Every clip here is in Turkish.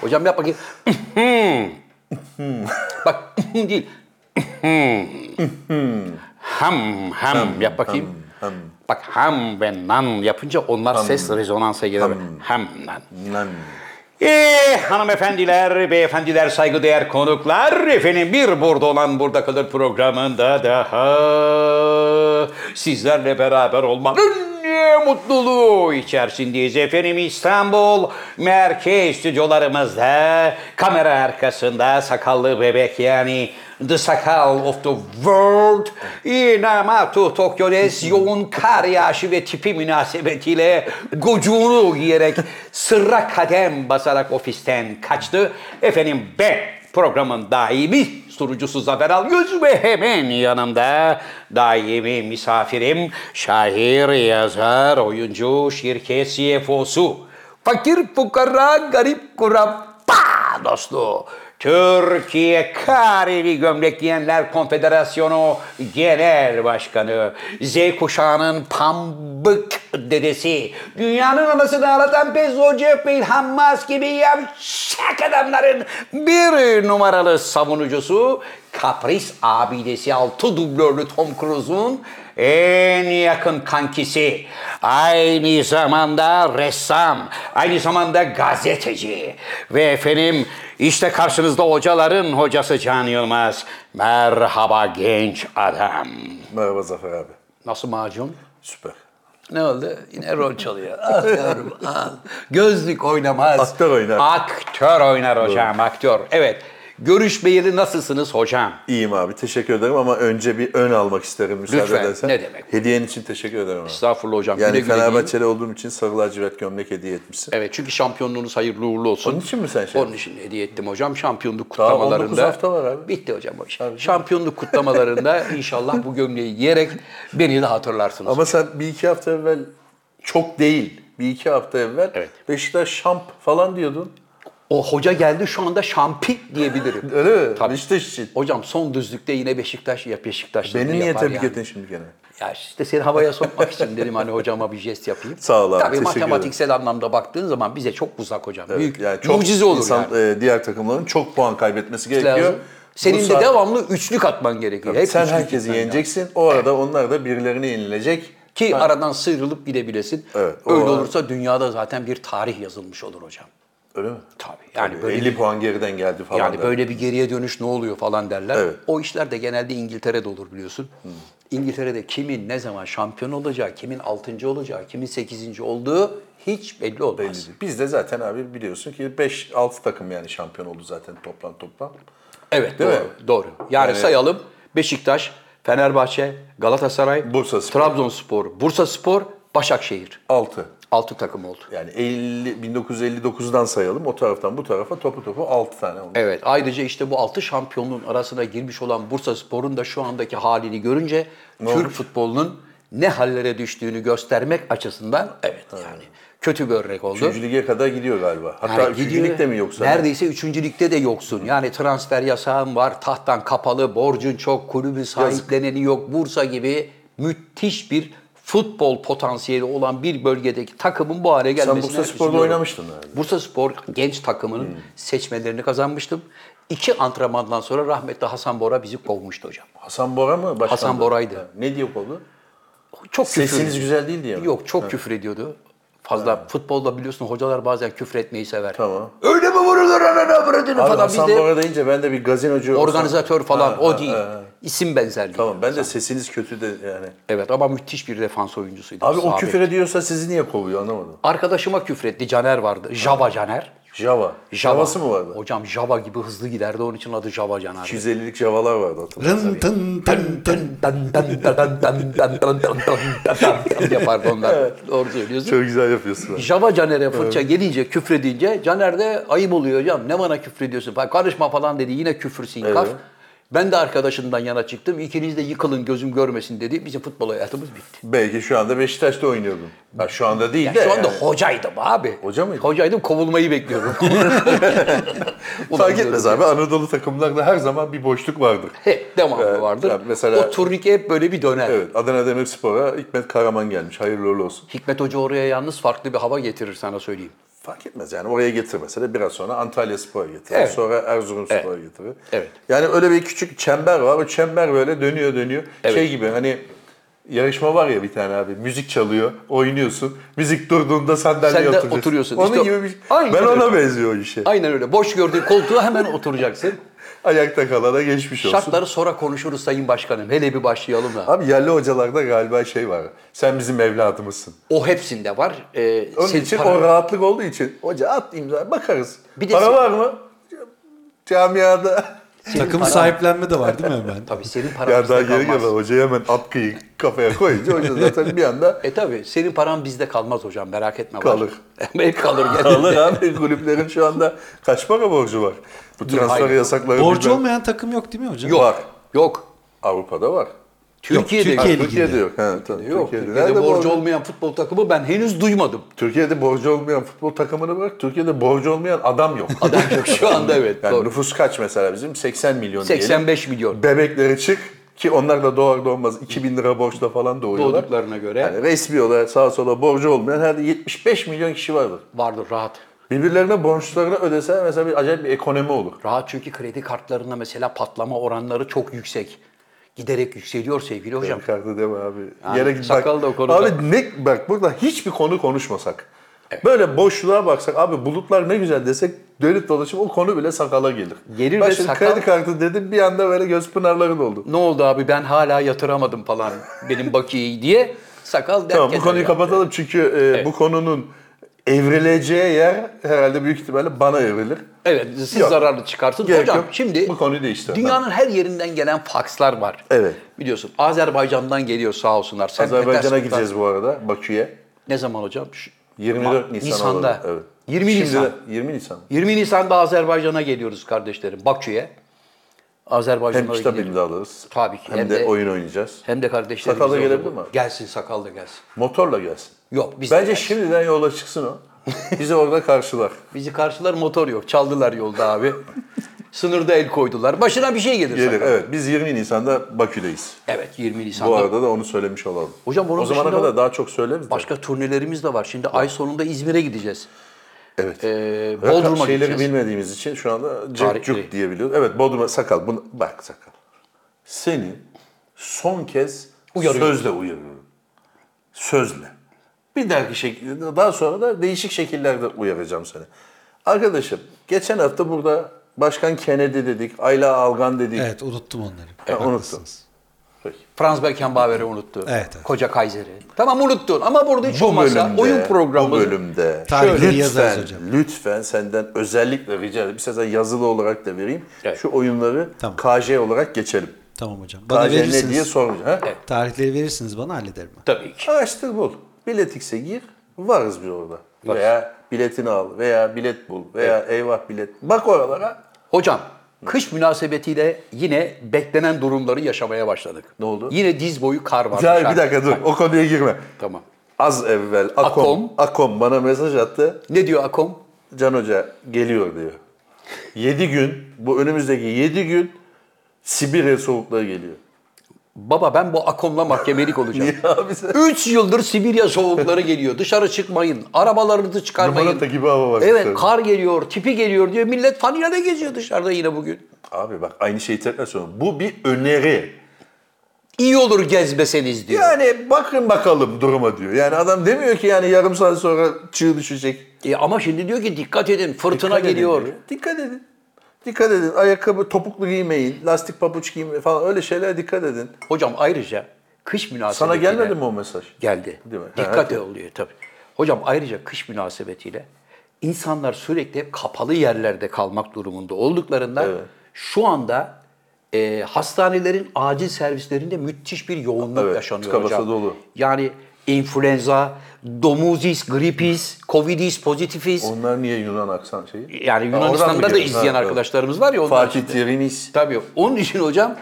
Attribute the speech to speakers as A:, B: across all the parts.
A: Hocam yap bakayım. Bak değil. ham ham yap bakayım. Bak ham ve nan yapınca onlar ses rezonansa girer. Ham nan.
B: Lan.
A: Ee, hanımefendiler, beyefendiler, saygıdeğer konuklar, efendim bir burada olan burada kalır programında daha sizlerle beraber olmanın ne mutluluğu içerisindeyiz efendim İstanbul merkez stüdyolarımızda kamera arkasında sakallı bebek yani The Sakal of the World Inamatu Tokyo'des yoğun kar yağışı ve tipi münasebetiyle gocuğunu giyerek sırra kadem basarak ofisten kaçtı. Efendim ben programın daimi sunucusu Zafer Algöz ve hemen yanımda daimi misafirim şair, yazar, oyuncu, şirket CFO'su. Fakir, fukara, garip, kurabba dostu. Türkiye Kareli Gömlek Giyenler Konfederasyonu Genel Başkanı, Z kuşağının pambık dedesi, dünyanın anasını ağlatan Bezos, Jeff Bezos, Hamas gibi yavşak adamların bir numaralı savunucusu, kapris abidesi altı dublörlü Tom Cruise'un en yakın kankisi. Aynı zamanda ressam, aynı zamanda gazeteci. Ve efendim işte karşınızda hocaların hocası Can Yılmaz. Merhaba genç adam.
B: Merhaba Zafer abi.
A: Nasıl macun?
B: Süper.
A: Ne oldu? Yine rol çalıyor. Ah yavrum, ah. Gözlük oynamaz.
B: Aktör oynar.
A: Aktör oynar hocam, aktör. Evet. Görüşmeyeli nasılsınız hocam?
B: İyiyim abi. Teşekkür ederim ama önce bir ön almak isterim müsaade
A: Lütfen,
B: edersen.
A: ne demek?
B: Hediyen için teşekkür ederim abi.
A: Estağfurullah hocam.
B: Yani
A: güle güle deyin.
B: Fenerbahçeli olduğum için sarı lacivert gömlek hediye etmişsin.
A: Evet çünkü şampiyonluğunuz hayırlı uğurlu olsun.
B: Onun için mi sen şey
A: Onun için hediye ettim hocam. Şampiyonluk
B: Daha
A: kutlamalarında.
B: 19 hafta var abi.
A: Bitti hocam o iş. Şampiyonluk kutlamalarında inşallah bu gömleği giyerek beni de hatırlarsınız.
B: Ama sen bir iki hafta evvel, çok değil, bir iki hafta evvel
A: Evet.
B: Beşiktaş şamp falan diyordun.
A: O hoca geldi şu anda şampi diyebilirim.
B: Öyle mi?
A: Tabii.
B: Beşiktaş için.
A: Hocam son düzlükte yine Beşiktaş ya Beşiktaş.
B: Beni niye
A: yapar
B: tebrik
A: yani.
B: ettin şimdi gene?
A: Ya işte seni havaya sokmak için dedim hani hocama bir jest yapayım.
B: Sağ ol abi,
A: Tabii
B: teşekkür ederim.
A: matematiksel anlamda baktığın zaman bize çok uzak hocam. Büyük
B: Yani çok
A: mucize olur
B: insan,
A: yani.
B: e, diğer takımların çok puan kaybetmesi gerekiyor.
A: Lazım. Senin
B: Bu
A: de
B: saat-
A: devamlı üçlük atman gerekiyor. Hep
B: Sen
A: üçlük
B: herkesi
A: gitmen lazım.
B: yeneceksin. O arada onlar da birilerine yenilecek.
A: Ki aradan sıyrılıp gidebilesin.
B: Evet, o
A: Öyle
B: ara-
A: olursa dünyada zaten bir tarih yazılmış olur hocam.
B: Öyle mi?
A: Tabii. Yani
B: Tabii,
A: böyle
B: 50 puan geriden geldi falan.
A: yani
B: da.
A: böyle bir geriye dönüş ne oluyor falan derler.
B: Evet. Hmm.
A: O işler de genelde İngiltere'de olur biliyorsun. İngiltere'de kimin ne zaman şampiyon olacağı, kimin altıncı olacağı, kimin sekizinci olduğu hiç belli olmaz.
B: Biz de zaten abi biliyorsun ki 5-6 takım yani şampiyon oldu zaten toplam toplam.
A: Evet
B: Değil
A: doğru.
B: mi?
A: Doğru. Yani,
B: Yani-
A: sayalım Beşiktaş, Fenerbahçe, Galatasaray,
B: Bursaspor.
A: Trabzonspor, Bursaspor, Başakşehir.
B: 6.
A: Altı takım oldu.
B: Yani 50, 1959'dan sayalım o taraftan bu tarafa topu topu 6 tane oldu.
A: Evet. Ayrıca işte bu altı şampiyonluğun arasına girmiş olan Bursaspor'un da şu andaki halini görünce Türk futbolunun ne hallere düştüğünü göstermek açısından evet yani kötü bir örnek oldu.
B: 3. lige kadar gidiyor galiba. Hatta
A: Yani
B: 3.
A: gidiyor.
B: ligde mi yoksa?
A: Neredeyse üçüncülükte de yoksun. Yani transfer yasağın var, tahtan kapalı, borcun çok, kulübün sahipleneni yok. Bursa gibi müthiş bir futbol potansiyeli olan bir bölgedeki takımın bu hale
B: Sen
A: gelmesine
B: Bursa Spor'da
A: üzülüyorum.
B: oynamıştın herhalde.
A: Bursa Spor genç takımının
B: Hmm.
A: seçmelerini kazanmıştım. İki antrenmandan sonra rahmetli Hasan Bora bizi kovmuştu hocam.
B: Hasan Bora mı başkandı?
A: Hasan Bora'ydı.
B: Ha, Ne diyor oldu?
A: Çok küfür
B: Sesiniz güzel değil diye mi?
A: Yok çok küfür ediyordu. Fazla futbolda biliyorsun hocalar bazen küfür etmeyi sever.
B: Tamam.
A: Öyle mi vurulur anana avradını
B: Abi
A: falan
B: Hasan
A: biz de
B: Bora deyince ben de bir gazinocu...
A: organizatör falan
B: Ha,
A: o
B: ha,
A: değil.
B: ha, ha.
A: İsim benzerliği.
B: Tamam ben de sesiniz kötü de yani.
A: Evet ama müthiş bir defans oyuncusuydu.
B: Abi o
A: Sabit.
B: küfür ediyorsa sizi niye kovuyor anlamadım.
A: Arkadaşıma küfretti. Caner vardı. Java Caner.
B: Java.
A: Java.
B: Java'sı mı vardı?
A: Hocam Java gibi hızlı giderdi. Onun için adı Java Caner.
B: 250'lik Java'lar vardı hatırlıyorum.
C: Tın tın tın tın.
A: Yapardı onlar. Doğru söylüyorsun.
B: Çok güzel yapıyorsun.
A: Java Caner'e fırça gelince, küfredince Caner de ayıp oluyor hocam. Ne bana küfrediyorsun falan. Karışma falan dedi. Yine küfürsün kaf. Ben de arkadaşımdan yana çıktım. İkiniz de yıkılın gözüm görmesin dedi. Bizim futbol hayatımız bitti.
B: Belki şu anda Beşiktaş'ta oynuyordun. Ha, şu anda değil de.
A: Şu anda
B: yani.
A: hocaydım abi.
B: Hoca mıydın?
A: Hocaydım kovulmayı bekliyordum. Ulan
B: Fark etmez abi. Anadolu takımlarında her zaman bir boşluk vardır.
A: Hep devamlı
B: Evet,
A: vardır.
B: yani mesela-
A: o turnike hep böyle bir döner.
B: Evet. Adana Demirspor'a Hikmet Karaman gelmiş. Hayırlı uğurlu olsun.
A: Hikmet Hoca oraya yalnız farklı bir hava getirir sana söyleyeyim.
B: Fark etmez yani oraya getir mesela biraz sonra Antalya Spor'a getirir.
A: Evet.
B: Sonra Erzurum Spor'a getirir.
A: Evet.
B: Yani öyle bir küçük çember var. O çember böyle dönüyor dönüyor. Şey gibi hani yarışma var ya bir tane abi. Müzik çalıyor, oynuyorsun. Müzik durduğunda sandalyeye
A: Sen de
B: oturacaksın.
A: oturuyorsun.
B: Onun
A: İşte
B: gibi bir şey.
A: aynı
B: Ben
A: öyle.
B: ona benziyor o şey. işe.
A: Aynen öyle. Boş gördüğün koltuğa hemen oturacaksın.
B: Ayakta kalana geçmiş olsun.
A: Şartları sonra konuşuruz Sayın Başkanım. Hele bir başlayalım da.
B: Abi yerli hocalarda galiba şey var. Sen bizim evladımızsın.
A: O hepsinde var. Ee,
B: Onun
A: siz
B: için
A: para-
B: o rahatlık olduğu için hoca at imza bakarız.
A: Bir de
B: Para
A: sen-
B: var mı? Camiada.
C: Takım sahiplenme de var değil mi hemen?
A: Tabii senin paran
B: Ya daha
A: bizde
B: geri
A: kalmaz.
B: gelen hocaya hemen atkıyı kafaya koyunca hoca zaten bir anda
A: E tabii senin paran bizde kalmaz hocam merak etme. var.
B: Kalır.
A: Hep kalır. gene.
B: alır abi kulüplerin şu anda kaç para borcu var? Bu transfer
A: hayır.
B: yasakları
C: Borcu
B: bilmem-
C: olmayan takım yok değil mi hocam?
A: Yok.
B: Var.
A: Yok.
B: Avrupa'da var.
A: Türkiye'de
C: Türkiye
A: yok.
B: Ha,
C: Liginde.
B: Türkiye'de yok. Ha, tamam.
A: Yok,
B: Türkiye'de,
A: Türkiye'de
B: Nerede
A: borcu
B: borcu
A: olmayan futbol takımı ben henüz duymadım.
B: Türkiye'de borcu olmayan futbol takımını bırak. Türkiye'de borcu olmayan adam yok.
A: Adam yok şu anda evet.
B: Yani
A: doğru.
B: nüfus kaç mesela bizim? 80 milyon diyelim.
A: 85 milyon.
B: Bebekleri çık ki onlar da doğar doğmaz 2000 lira borçla falan doğuyorlar.
A: Doğduklarına göre.
B: Yani resmi olarak sağa sola borcu olmayan her 75 milyon kişi vardır.
A: Vardır rahat.
B: Birbirlerine borçlarını ödese mesela bir acayip bir ekonomi olur.
A: Rahat çünkü kredi kartlarında mesela patlama oranları çok yüksek. Giderek yükseliyor sevgili hocam.
B: Kartı deme abi.
A: Yani
B: Yere git
A: sakal
B: bak.
A: da o konuda.
B: Abi ne bak burada hiçbir konu konuşmasak. Böyle boşluğa baksak abi bulutlar ne güzel desek dönüp dolaşıp o konu bile sakala gelir.
A: Gelir
B: Bak
A: ve
B: şimdi
A: sakal-
B: kredi kartı dedim bir anda böyle göz pınarları doldu.
A: Ne oldu abi ben hala yatıramadım falan benim bakiyeyi diye. Sakal dert
B: Tamam bu
A: eder
B: konuyu
A: yani.
B: kapatalım çünkü e, bu konunun evrileceği yer herhalde büyük ihtimalle bana evrilir.
A: Evet siz
B: Yok.
A: zararlı çıkartın.
B: Gerek
A: Hocam
B: yok.
A: şimdi
B: Bu konuyu değiştirelim.
A: dünyanın her yerinden gelen fakslar var.
B: Evet.
A: Biliyorsun Azerbaycan'dan geliyor sağ olsunlar. Sen
B: Azerbaycan'a
A: Petersburg'dan-
B: gideceğiz bu arada Bakü'ye.
A: Ne zaman hocam? Şu-
B: 24
A: Ma-
B: Nisan
A: Nisan'da.
B: olabilir, Evet.
A: 20
B: Şimdi
A: Nisan.
B: de- 20 Nisan.
A: 20 Nisan'da Azerbaycan'a geliyoruz kardeşlerim. Bakü'ye.
B: Hem
A: Azerbaycan'a
B: kitap
A: gidiyoruz.
B: imza alırız.
A: Tabii ki,
B: Hem,
A: hem
B: de,
A: de-
B: oyun oynayacağız.
A: Hem de kardeşlerimiz.
B: Sakal da
A: orada
B: gelebilir
A: bu-
B: mi?
A: Gelsin sakal da gelsin.
B: Motorla gelsin.
A: Yok biz de
B: Bence
A: gelsin.
B: şimdiden yola çıksın o. Bizi orada karşılar.
A: Bizi karşılar motor yok. Çaldılar yolda abi. Sınırda el koydular. Başına bir şey gelir,
B: Gelir.
A: sakal.
B: Evet. Biz 20 Nisan'da Bakü'deyiz.
A: Evet 20 Nisan'da.
B: Bu arada da onu söylemiş olalım.
A: Hocam bunun
B: o zamana
A: dışında-
B: kadar daha çok söyleriz. de.
A: Başka turnelerimiz de var. Şimdi ay sonunda İzmir'e gideceğiz.
B: Evet.
A: Ee,
B: Rakam
A: Bodrum'a
B: şeyleri
A: gideceğiz.
B: bilmediğimiz için şu anda
A: Tarih-
B: cep cuk diye biliyoruz. Evet Bodrum'a sakal. Bunu, bak sakal. Seni son kez
A: Uyarıyorum.
B: sözle uyarıyorum. Sözle. Bir dahaki şekilde daha sonra da değişik şekillerde uyaracağım seni. Arkadaşım geçen hafta burada Başkan Kennedy dedik, Ayla Algan dedik.
C: Evet unuttum onları.
B: Ha, E, unuttum.
C: Haklısınız.
B: Peki.
A: Franz Beckenbauer'i unuttu.
C: Evet, evet.
A: Koca Kaiser'i. Tamam unuttun ama burada hiç
B: Bu
A: olmazsa
B: bölümde,
A: oyun programı.
B: bu bölümde
C: Tarihleri
B: lütfen,
C: yazarız hocam.
B: lütfen senden özellikle rica ederim. İstersen yazılı olarak da vereyim.
A: Evet.
B: Şu oyunları
C: Tamam.
B: KJ olarak geçelim.
C: Tamam hocam. Bana
B: KJ ne diye
C: verirsiniz.
B: sormayacağım. Ha?
C: Tarihleri verirsiniz bana hallederim. ben.
A: Tabii ki.
B: Araştır bul. Biletix'e gir. Varız bir orada. Veya biletini al. Veya bilet bul. Veya eyvah bilet. Bak oralara.
A: Hocam kış münasebetiyle yine beklenen durumları yaşamaya başladık.
B: Ne oldu?
A: Yine diz boyu kar var.
B: Ya
A: dışarıda.
B: bir dakika dur. O konuya girme.
A: Tamam.
B: Az evvel Akom,
A: Akom.
B: Akom. bana mesaj attı.
A: Ne diyor Akom?
B: Can Hoca geliyor diyor. 7 gün, bu önümüzdeki 7 gün Sibirya soğukları geliyor.
A: Baba ben bu Akom'la mahkemelik olacağım.
B: Niye abi sen?
A: 3 yıldır Sibirya soğukları geliyor. Dışarı çıkmayın. Arabalarınızı çıkarmayın.
B: Limonata gibi hava var
A: Evet
B: dışarıda.
A: kar geliyor, tipi geliyor diyor. Millet fanyada geziyor dışarıda yine bugün.
B: Abi bak aynı şeyi tekrar söylüyorum. Bu bir öneri.
A: İyi olur gezmeseniz diyor.
B: Yani bakın bakalım duruma diyor. Yani adam demiyor ki yani yarım saat sonra çığ düşecek.
A: E ama şimdi diyor ki dikkat edin fırtına
B: Dikkat edin
A: geliyor.
B: diyor. Dikkat edin. Dikkat edin. Ayakkabı topuklu giymeyin. Lastik pabuç giymeyin falan öyle şeylere dikkat edin.
A: Hocam ayrıca kış münasebetiyle...
B: Sana gelmedi mi o mesaj?
A: Geldi.
B: Değil mi?
A: Dikkat oluyor tabii. Hocam ayrıca kış münasebetiyle insanlar sürekli hep kapalı yerlerde kalmak durumunda olduklarından
B: Evet.
A: şu anda e, hastanelerin acil servislerinde müthiş bir yoğunluk
B: Evet,
A: yaşanıyor
B: tıka basa
A: hocam.
B: dolu.
A: Yani influenza, domuzis, gripis, covidis, pozitifis.
B: Onlar niye Yunan aksan şeyi?
A: yani
B: Ha, oradan mı
A: Yunanistan'da da
B: geliyor?
A: izleyen
B: Ha, evet.
A: arkadaşlarımız var ya onlar
B: Fatih
A: şimdi-
B: Tiriniz.
A: Tabii. Onun için hocam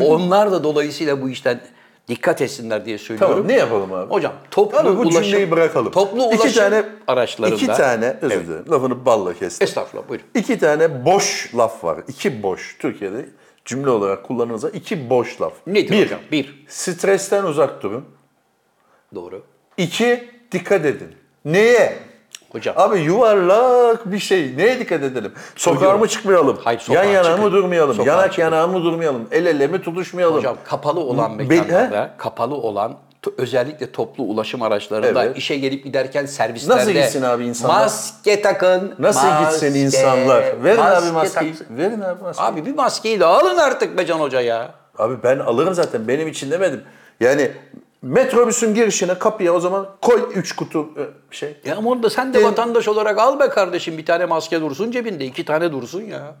A: onlar da dolayısıyla bu işten dikkat etsinler diye söylüyorum.
B: Tamam ne yapalım abi?
A: Hocam toplu
B: Abi bu
A: ulaşım
B: cümleyi bırakalım.
A: Toplu ulaşım
B: iki tane,
A: araçlarında.
B: İki tane, özür
A: Evet.
B: dilerim lafını balla kestim.
A: Estağfurullah buyurun.
B: İki tane boş laf var. İki boş. Türkiye'de cümle olarak kullanılırsa iki boş laf.
A: Nedir
B: bir,
A: hocam? Bir.
B: Stresten uzak durun.
A: Doğru.
B: İki, dikkat edin. Neye?
A: Hocam.
B: Abi yuvarlak bir şey. Neye dikkat edelim? Sokağa
A: Buyurun.
B: mı çıkmayalım?
A: Hayır, sokağa
B: Yan yana
A: çıkın.
B: mı durmayalım?
A: Sokağa
B: Yanak
A: çıkın.
B: yana mı durmayalım? El ele mi tutuşmayalım?
A: Hocam kapalı olan
B: Be-
A: mekanlarda, kapalı olan t- özellikle toplu ulaşım araçlarında
B: Evet.
A: işe gelip giderken servislerde
B: Nasıl gitsin abi insanlar?
A: Maske takın.
B: Nasıl gitsin
A: maske,
B: insanlar? Verin abi maskeyi.
A: taksın.
B: Verin abi maskeyi.
A: Abi bir maskeyi de alın artık be Can Hoca ya.
B: Abi ben alırım zaten benim için demedim. Yani metrobüsün girişine kapıya o zaman koy 3 kutu e, şey.
A: Ya ama onu da sen de
B: Ben-
A: vatandaş olarak al be kardeşim. Bir tane maske dursun cebinde, iki tane dursun ya.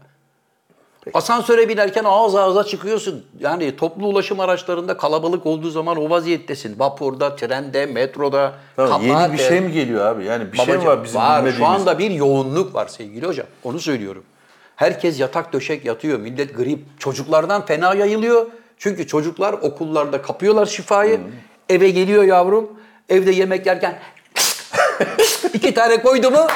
A: Asansöre binerken ağız ağza çıkıyorsun. Yani toplu ulaşım araçlarında kalabalık olduğu zaman o vaziyettesin. Vapurda, trende, metroda.
B: Tamam,
A: kapağı
B: yeni bir
A: ter-
B: şey mi geliyor abi? Yani bir
A: Babacım,
B: şey mi var bizim
A: Şu
B: bilmediğimiz?
A: anda bir yoğunluk var sevgili hocam. Onu söylüyorum. Herkes yatak döşek yatıyor. Millet grip. Çocuklardan fena yayılıyor. Çünkü çocuklar okullarda kapıyorlar şifayı.
B: Hmm.
A: Eve geliyor yavrum. Evde yemek yerken iki tane koydu mu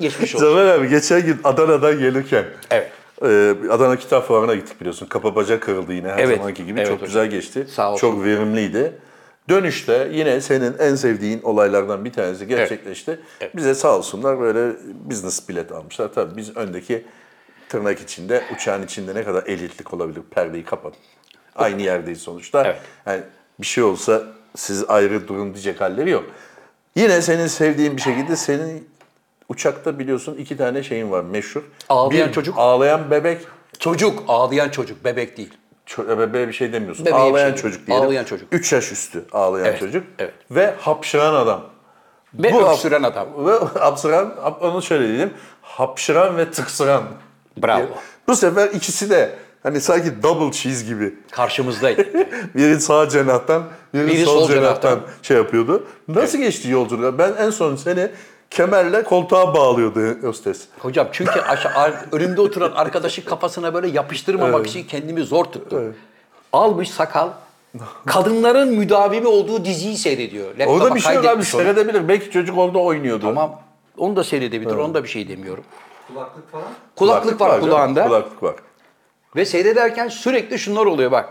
A: geçmiş oldu.
B: Zafer abi geçen gün Adana'dan gelirken
A: Evet.
B: e, Adana Kitap Fuarı'na gittik biliyorsun. Kapa bacak kırıldı yine her
A: Evet.
B: zamanki gibi.
A: Evet
B: Çok
A: hocam.
B: güzel geçti.
A: Sağ olsun.
B: Çok verimliydi. Dönüşte yine senin en sevdiğin olaylardan bir tanesi gerçekleşti. Bize sağ olsunlar böyle business bilet almışlar. Tabii biz öndeki tırnak içinde, uçağın içinde ne kadar elitlik olabilir perdeyi kapat. Aynı yerdeyiz sonuçta.
A: Evet.
B: Yani bir şey olsa siz ayrı durun diyecek halleri yok. Yine senin sevdiğin bir şekilde senin uçakta biliyorsun iki tane şeyin var meşhur.
A: Ağlayan
B: bir,
A: çocuk.
B: Ağlayan bebek.
A: Çocuk ağlayan çocuk bebek değil.
B: Çö- bebeğe bir şey demiyorsun.
A: Bebeğe bir şey
B: ağlayan
A: demiyorum.
B: çocuk diyelim.
A: Ağlayan çocuk.
B: 3 yaş üstü ağlayan
A: Evet,
B: çocuk.
A: evet.
B: Ve hapşıran adam.
A: Ve
B: Bu hap-
A: öksüren adam.
B: Ve hapşıran, hap- onu şöyle diyelim. Hapşıran ve tıksıran.
A: Bravo.
B: Bu sefer ikisi de hani sanki double cheese gibi.
A: Karşımızdaydı.
B: Biri sağ cenahtan, biri,
A: Biri
B: sol,
A: sol
B: cenahtan,
A: cenahtan.
B: şey yapıyordu. Nasıl geçti yolculuk? Ben en son seni kemerle koltuğa bağlıyordu Öztes.
A: Hocam çünkü aşağı, ar- önümde oturan arkadaşı kafasına böyle yapıştırmamak için kendimi zor tuttum. Almış sakal. Kadınların müdavimi olduğu diziyi seyrediyor.
B: Orada
A: Laptopa
B: bir şey yok abi
A: kaydetmiş onu.
B: seyredebilir. Belki çocuk orada oynuyordu.
A: Tamam. Onu da seyredebilir. Onu da bir şey demiyorum.
C: Kulaklık falan.
A: Kulaklık, var,
B: canım,
A: kulağında.
B: Kulaklık var.
A: Ve seyrederken sürekli şunlar oluyor bak.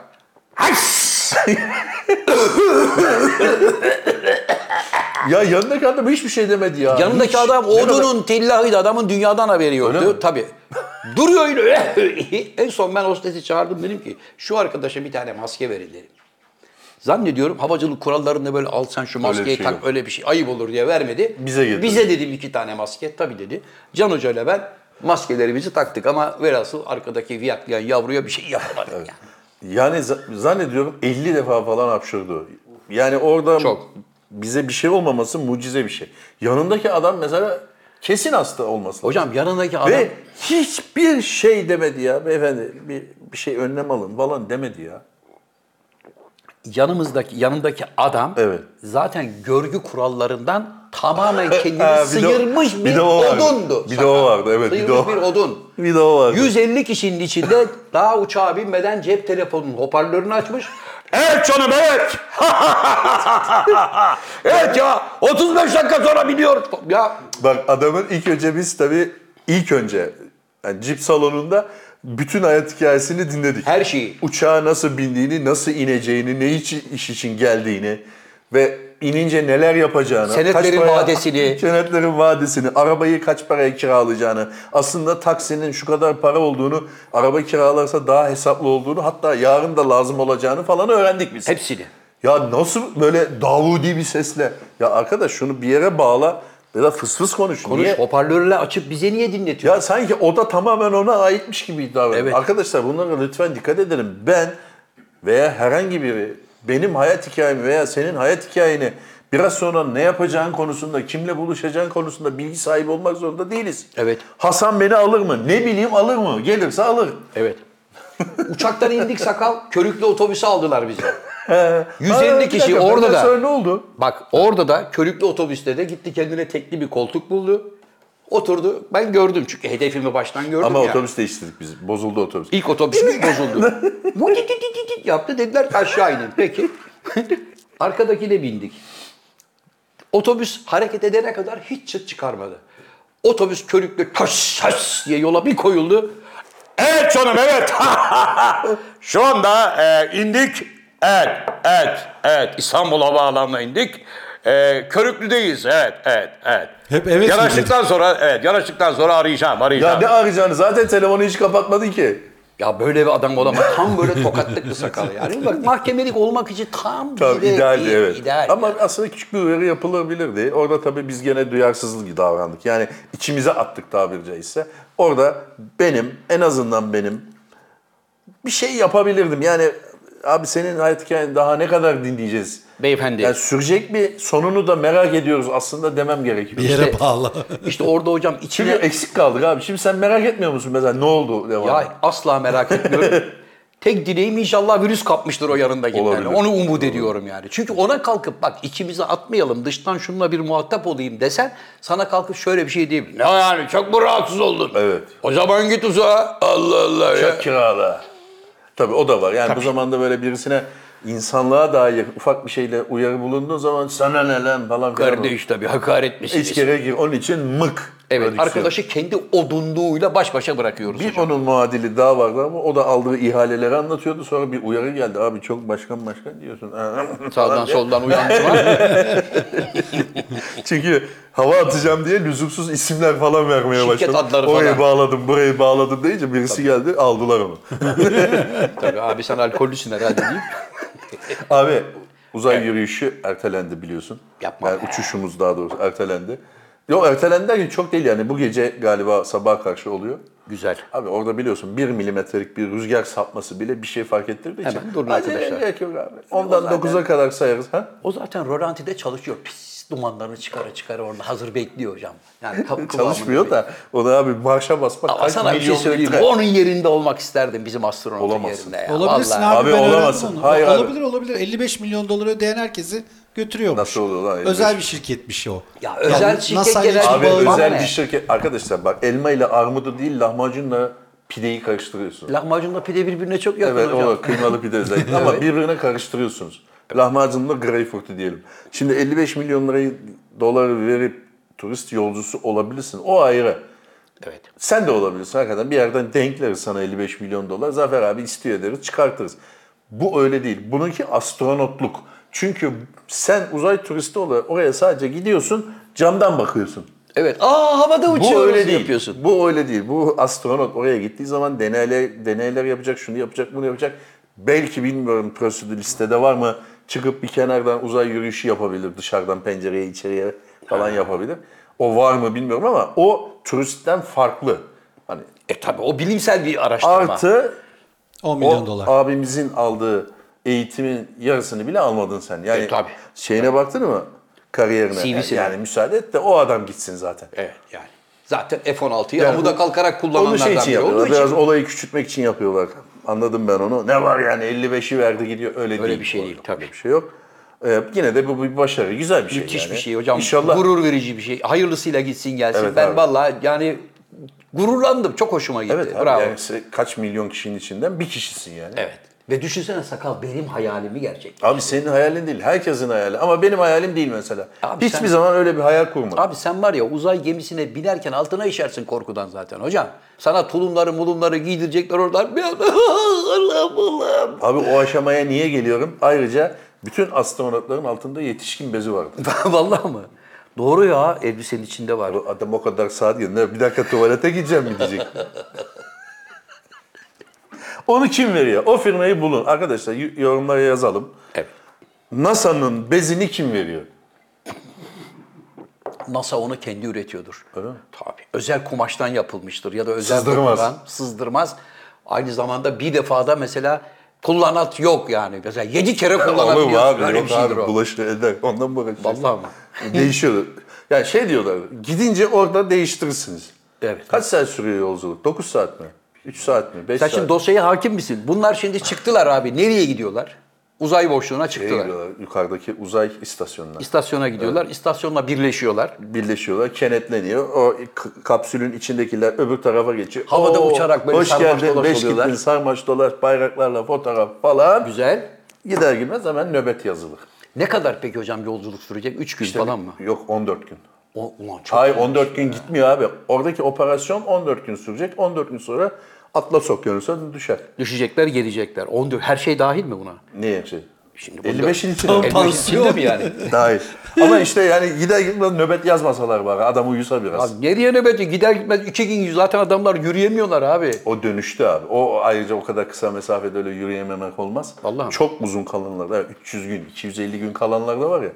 B: Ya yanındaki adam hiçbir şey demedi ya.
A: Yanındaki
B: Hiç.
A: adam
B: Ne kadar-
A: odunun tillahıydı. Adamın dünyadan haberi
B: Öyle
A: yoktu.
B: mi?
A: Tabii. Duruyor öyle. en son ben hostesi çağırdım. Dedim ki şu arkadaşa bir tane maske verin dedim. Zannediyorum havacılık kurallarında böyle al sen şu maskeyi
B: şey
A: tak
B: yok.
A: öyle bir şey ayıp olur diye vermedi.
B: Bize getirdi.
A: Bize dedim iki tane maske. Tabii dedi. Can Hoca ile ben maskelerimizi taktık ama velhasıl arkadaki viyaklayan yavruya bir şey yapamadık yani.
B: Yani za- zannediyorum 50 defa falan hapşırdı. Yani orada
A: Çok.
B: bize bir şey olmaması mucize bir şey. Yanındaki adam mesela kesin hasta olması.
A: Hocam yanındaki adam...
B: lazım. Ve hiçbir şey demedi ya beyefendi. Bir, bir şey önlem alın falan demedi ya.
A: yanımızdaki yanındaki adam
B: Evet.
A: zaten görgü kurallarından tamamen kendini
B: Ha, bir de o-
A: sıyırmış bir,
B: bir de o vardı.
A: odundu.
B: Bir de o vardı, evet, bir de
A: Sıyırmış
B: o-
A: bir odun.
B: Bir de o vardı.
A: 150 kişinin içinde daha uçağa binmeden cep telefonunun hoparlörünü açmış. Evet canım evet. evet ya 35 dakika sonra biniyor. Ya
B: Bak adamın ilk önce biz tabii ilk önce yani cip salonunda bütün hayat hikayesini dinledik.
A: her şeyi.
B: uçağa nasıl bindiğini, nasıl ineceğini, ne için, iş için geldiğini ve inince neler yapacağını,
A: Senetlerin vadesini.
B: senetlerin vadesini, arabayı kaç paraya kiralayacağını, aslında taksinin şu kadar para olduğunu, araba kiralarsa daha hesaplı olduğunu, hatta yarın da lazım olacağını falan öğrendik biz.
A: Hepsini.
B: Ya nasıl böyle davudi bir sesle, ya arkadaş şunu bir yere bağla ya da fıs fıs konuş.
A: Konuş
B: Niye?
A: hoparlörle açıp bize niye dinletiyor?
B: Ya sanki o da tamamen ona aitmiş gibi iddia ediyor.
A: Evet.
B: Arkadaşlar bunlara lütfen dikkat edelim. Ben veya herhangi biri benim hayat hikayemi veya senin hayat hikayeni biraz sonra ne yapacağın konusunda, kimle buluşacağın konusunda bilgi sahibi olmak zorunda değiliz.
A: Evet.
B: Hasan beni alır mı? Ne bileyim alır mı? Gelirse alır.
A: Evet. Uçaktan indik sakal, körüklü otobüse aldılar bizi. 150
B: Aa, bir
A: kişi
B: dakika,
A: orada
B: benden Sonra
A: da.
B: ne oldu?
A: Bak orada da körüklü otobüste de gitti kendine tekli bir koltuk buldu. Oturdu. Ben gördüm çünkü hedefimi baştan gördüm
B: Ama
A: ya.
B: otobüs değiştirdik biz. Bozuldu otobüs.
A: İlk otobüsümüz bozuldu. Mudit yaptı dediler ki aşağı inin. Peki. Arkadakine bindik. Otobüs hareket edene kadar hiç çıt çıkarmadı. Otobüs körüklü taş taş diye yola bir koyuldu.
D: Evet canım evet. Şu anda e, indik. Evet, evet, evet. İstanbul Havaalanı'na indik. Ee, körüklüdeyiz. Evet, evet, evet.
C: Hep evet mi
D: Yanaştıktan sonra, evet, yanaştıktan sonra arayacağım,
B: Ya
D: arayacağım.
B: ne arayacağını zaten telefonu hiç kapatmadın ki.
A: Ya böyle bir adam olamaz. Tam böyle tokatlıklı sakal yani. Bak mahkemelik olmak için tam
B: Tabii
A: bize
B: idealdi
A: bir-
B: evet.
A: ideal.
B: Ama aslında küçük bir uyarı yapılabilirdi. Orada tabii biz gene duyarsızlık gibi davrandık. Yani içimize attık tabiri caizse. Orada benim, en azından benim bir şey yapabilirdim. Yani abi senin hayat hikayeni daha ne kadar dinleyeceğiz?
A: Beyefendi.
B: Yani sürecek bir sonunu da merak ediyoruz aslında demem gerekiyor.
C: Bir yere bağla.
A: işte orada hocam
B: Çünkü
A: içine
B: eksik kaldık abi. Şimdi sen merak etmiyor musun mesela ne oldu devamlı?
A: ya asla merak etmiyorum. Tek dileğim inşallah virüs kapmıştır o yanındakinden.
B: Olabilir.
A: Onu umut ediyorum yani. Çünkü ona kalkıp bak içimize atmayalım dıştan şununla bir muhatap olayım desen sana kalkıp şöyle bir şey diyebilir. Ne yani çok mu rahatsız oldun?
B: Evet.
A: O zaman git uzağa. Allah Allah ya.
B: Uçak kirala. Tabii o da var. Yani bu zamanda böyle birisine insanlığa dair ufak bir şeyle uyarı bulunduğu zaman sana ne lan falan filan.
A: Kardeş tabii hakaret misiniz?
B: Hiç kere gir. Onun için mık.
A: Evet
B: prodüksiyon.
A: arkadaşı kendi odunluğuyla baş başa bırakıyoruz
B: Bir
A: hocam.
B: onun muadili daha vardı ama o da aldığı ihaleleri anlatıyordu. Sonra bir uyarı geldi. Abi çok başkan başkan diyorsun.
A: Sağdan
B: Falan diye.
A: soldan uyandırma.
B: Çünkü hava atacağım diye lüzumsuz isimler falan vermeye
A: Şirket
B: başladı.
A: adları
B: Orayı
A: falan.
B: bağladım, burayı bağladım deyince birisi geldi aldılar onu.
A: Tabii abi sen alkollüsün herhalde deyip.
B: Abi uzay yürüyüşü ertelendi biliyorsun.
A: Yapma
B: Yani
A: be.
B: uçuşumuz daha doğrusu ertelendi. Yok ertelendi derken çok değil yani bu gece galiba sabah karşı oluyor.
A: Güzel.
B: Abi orada biliyorsun 1 milimetrelik bir rüzgar sapması bile bir şey fark ettirdiği için.
A: Hemen durun
B: acele
A: arkadaşlar.
B: gerek yok abi. Ondan 9'a kadar sayarız. Ha?
A: O zaten Rolanti'de çalışıyor. Pis dumanlarını çıkara çıkara orada hazır bekliyor hocam. Yani kap-
B: Çalışmıyor da o da abi marşa basmak
A: Ama sana bir şey
B: milyon
A: söyleyeyim.
B: litre.
A: Onun yerinde olmak isterdim bizim astronotun
B: Olamazsın.
A: yerinde. Ya.
C: Olabilirsin
A: Vallahi.
C: abi.
B: Abi
C: ben öğrendim
B: olamazsın.
C: onu.
B: Hayır abi.
C: olabilir olabilir. 55 milyon dolar ödeyen herkesi götürüyormuş.
B: Nasıl oluyor lan 55?
C: Özel bir şirketmiş o.
A: Ya özel şirket
C: NASA'yla
A: genel-
C: hiçbir
B: Abi
C: bağı-
A: Bana
B: özel
A: ne?
B: bir şirket. Arkadaşlar bak elma ile armudu değil lahmacunla pideyi karıştırıyorsun.
A: Lahmacunla pide birbirine çok yakın
B: Evet
A: hocam.
B: o kıymalı pide özellikle ama birbirine karıştırıyorsunuz. Lahmacunla greyfurtu diyelim. Şimdi 55 milyon lirayı doları verip turist yolcusu olabilirsin. O ayrı.
A: Evet.
B: Sen de olabilirsin hakikaten. Bir yerden denkleriz sana 55 milyon dolar. Zafer abi istiyor deriz çıkartırız. Bu öyle değil. Bununki astronotluk. Çünkü sen uzay turisti olarak oraya sadece gidiyorsun camdan bakıyorsun.
A: Evet. Aa havada uçuyor.
B: Bu öyle değil.
A: Yapıyorsun.
B: Bu öyle değil. Bu astronot oraya gittiği zaman deneyler, deneyler yapacak, şunu yapacak, bunu yapacak. Belki bilmiyorum prosedür listede var mı? Çıkıp bir kenardan uzay yürüyüşü yapabilir. Dışarıdan pencereye, içeriye falan yapabilir. O var mı bilmiyorum ama o turistten farklı. Hani
A: E tabii o bilimsel bir araştırma.
B: artı
C: 10
B: o
C: milyon dolar.
B: abimizin aldığı eğitimin yarısını bile almadın sen. Yani
A: E, tabii.
B: şeyine baktın mı? Kariyerine.
A: CV'sine.
B: Yani müsaade et de o adam gitsin zaten.
A: Evet yani. Zaten F-16'yı
B: Yani
A: amuda
B: bu-
A: kalkarak
B: Onu
A: kullananlardan
B: şey için
A: biri
B: yapıyorlar.
A: olduğu için.
B: Biraz olayı küçültmek için yapıyorlar. Anladım ben onu. Ne var yani 55'i verdi gidiyor. Öyle, değil.
A: bir şey
B: bu
A: değil,
B: arada. Öyle
A: tabii.
B: Bir şey yok. Ee, yine de bu bir başarı. Güzel bir şey
A: Müthiş
B: yani.
A: bir şey hocam.
B: İnşallah
A: Gurur verici bir şey. Hayırlısıyla gitsin gelsin.
B: Evet
A: ben
B: abi.
A: vallahi yani gururlandım. Çok hoşuma gitti.
B: evet abi,
A: Bravo.
B: yani sen kaç milyon kişinin içinden bir kişisin yani.
A: Evet. Ve düşünsene sakal benim hayalimi gerçek.
B: Abi senin hayalin değil. Herkesin hayali. Ama benim hayalim değil mesela.
A: Abi
B: Hiçbir
A: sen-
B: zaman öyle bir hayal kurmadım.
A: Abi sen var ya uzay gemisine binerken altına işersin korkudan zaten hocam. Sana tulumları mulumları giydirecekler oradan bir anda Allah'ım Allah'ım.
B: Abi o aşamaya niye geliyorum? Ayrıca bütün astronotların altında yetişkin bezi vardı.
A: Vallahi mı? Doğru ya elbisenin içinde var.
B: Bu Adam o kadar saat yerine bir dakika tuvalete gideceğim mi diyecek. Onu kim veriyor? O firmayı bulun. Arkadaşlar y- yorumlara yazalım.
A: Evet.
B: NASA'nın bezini kim veriyor?
A: NASA onu kendi üretiyordur. Tabii. Özel kumaştan yapılmıştır ya da özel
B: Sızdırmaz.
A: dokudan sızdırmaz. Aynı zamanda bir defada mesela kullanat yok yani. Mesela yedi kere
B: Olur mu
A: kullanabiliyorsun.
B: abi?
A: Öyle bir
B: Yok abi
A: şeydir o.
B: bulaşır eder. Ondan mı uğraşacaksın?
A: Vallahi mi?
B: Değişiyor. Yani şey diyorlar, gidince orada değiştirirsiniz.
A: Evet.
B: Kaç saat sürüyor yolculuk? 9 saat mi? 3 saat mi? 5
A: Sen
B: saat
A: şimdi
B: mi?
A: dosyaya hakim misin? Bunlar şimdi çıktılar abi. Nereye gidiyorlar? Uzay boşluğuna
B: Nereye
A: çıktılar.
B: gidiyorlar? Şey Yukarıdaki uzay istasyonuna.
A: İstasyona gidiyorlar. İstasyonla birleşiyorlar.
B: birleşiyorlar, kenetleniyor. O k- kapsülün içindekiler öbür tarafa geçiyor.
A: Havada uçarak böyle
B: hoş
A: sarmaş
B: geldin,
A: dolaş
B: beş
A: oluyorlar."
B: gittin, sarmaş dolaş, bayraklarla fotoğraf falan.
A: Güzel.
B: Gider gitmez hemen nöbet yazılır.
A: Ne kadar peki hocam yolculuk sürecek? 3 gün Şey falan mı?
B: Yok 14 gün.
A: O, ulan çok şey
B: Hayır 14 gün gitmiyor abi. Oradaki operasyon 14 gün sürecek. 14 gün sonra Atlas Okyanusu'na düşer.
A: düşecekler, gelecekler. 14 her şey dahil mi buna?
B: Niye şey?
A: Şimdi bunda-
B: 55'in içine.
C: Tamam.
A: 55 içinde mi yani?
B: Dahil. Ama işte yani gider gitmez nöbet yazmasalar bari adam uyusa biraz.
A: Abi nereye nöbeti? Gider gitmez iki gün zaten adamlar yürüyemiyorlar abi.
B: O dönüştü abi. O ayrıca o kadar kısa mesafede öyle yürüyememek olmaz.
A: Vallahi mi?
B: Çok uzun kalanlar da 300 gün, 250 gün kalanlar da var ya.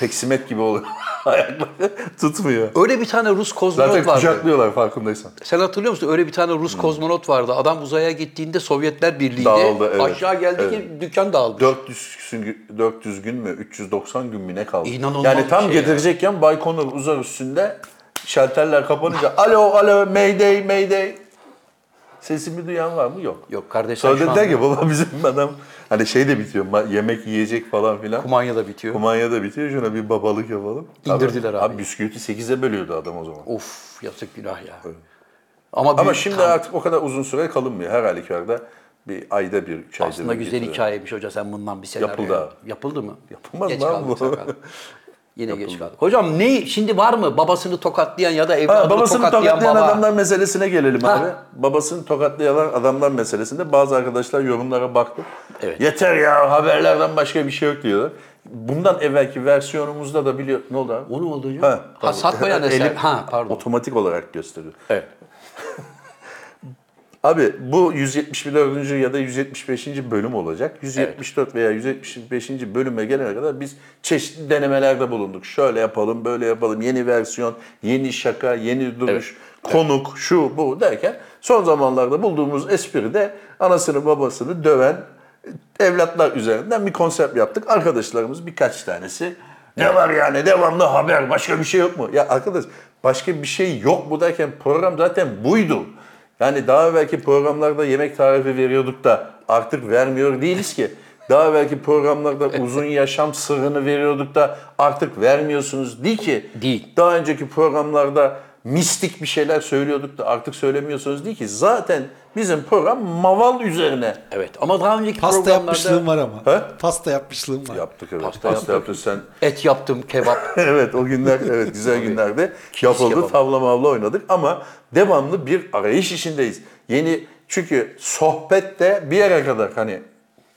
B: Peksimet gibi oluyor. Ayakları tutmuyor.
A: Öyle bir tane Rus kozmonot
B: Zaten Hmm.
A: vardı.
B: kucaklıyorlar farkındaysan.
A: Sen hatırlıyor musun? Öyle bir tane Rus kozmonot vardı. Adam uzaya gittiğinde Sovyetler Birliği'de
B: Dağıldı, evet.
A: aşağı geldi ki
B: Evet.
A: dükkan dağıldı.
B: 400 gün, 400 gün mü 390 gün mü ne kaldı?
A: İnanılmaz bir
B: yani tam
A: şey
B: getirecekken Baykonur uzar üstünde şalterler kapanınca alo alo mayday mayday sesimi duyan var mı? Yok.
A: Yok kardeşim
B: Sonra
A: şu
B: dediler
A: anda
B: ki baba bizim adam hani şey de bitiyor ma- yemek yiyecek falan filan.
A: kumanya da bitiyor.
B: Kumanya da bitiyor şuna bir babalık yapalım.
A: İndirdiler abi.
B: Abi bisküviti 8'e bölüyordu adam o zaman.
A: Of yazık günah ya. Ama,
B: Ama
A: büyük-
B: şimdi artık o kadar uzun süre kalınmıyor her halükarda. Bir ayda bir, üç ayda
A: aslında
B: bir
A: güzel
B: getiriyor.
A: hikayeymiş hoca sen bundan bir senaryo.
B: Yapıldı abi.
A: Yapıldı mı?
B: Yapılmaz
A: geç
B: mı abi
A: kaldık
B: bu?
A: sakat. Yine geç kaldık. Hocam ne şimdi var mı babasını tokatlayan ya da evladını
B: Ha, babasını
A: tokatlayan,
B: tokatlayan,
A: baba?
B: adamlar meselesine gelelim
A: Ha.
B: abi. Babasını tokatlayan adamlar meselesinde bazı arkadaşlar yorumlara baktı.
A: Evet.
B: Yeter ya haberlerden başka bir şey yok diyorlar. Bundan evvelki versiyonumuzda da biliyor ne oldu abi?
A: O ne oldu hocam?
B: Ha,
A: Ha,
B: pardon.
A: satmayan eser.
B: Elim
A: ha pardon.
B: Otomatik olarak gösteriyor.
A: Evet.
B: Abi bu 174. ya da 175. bölüm olacak. 174 veya 175. bölüme gelene kadar biz çeşitli denemelerde bulunduk. Şöyle yapalım, böyle yapalım, yeni versiyon, yeni şaka, yeni duruş, konuk, şu bu derken son zamanlarda bulduğumuz espri de anasını babasını döven evlatlar üzerinden bir konsept yaptık. Arkadaşlarımız birkaç tanesi ne var yani devamlı haber başka bir şey yok mu? Ya arkadaş başka bir şey yok mu derken program zaten buydu. Yani daha evvelki programlarda yemek tarifi veriyorduk da artık vermiyor değiliz ki. Daha evvelki programlarda uzun yaşam sırrını veriyorduk da artık vermiyorsunuz değil ki.
A: Değil.
B: Daha önceki programlarda mistik bir şeyler söylüyorduk da artık söylemiyorsunuz değil ki. Zaten bizim program maval üzerine.
A: Evet ama daha önceki
C: Pasta
A: programlarda
C: yapmışlığım var ama.
B: He?
C: Pasta yapmışlığım var.
B: Yaptık evet.
A: Pasta
B: yaptın sen.
A: et yaptım kebap.
B: evet o günler evet güzel günlerde
A: kebabı.
B: yapıldı tavla mavla oynadık ama devamlı bir arayış içindeyiz. Yeni çünkü sohbet de bir yere kadar hani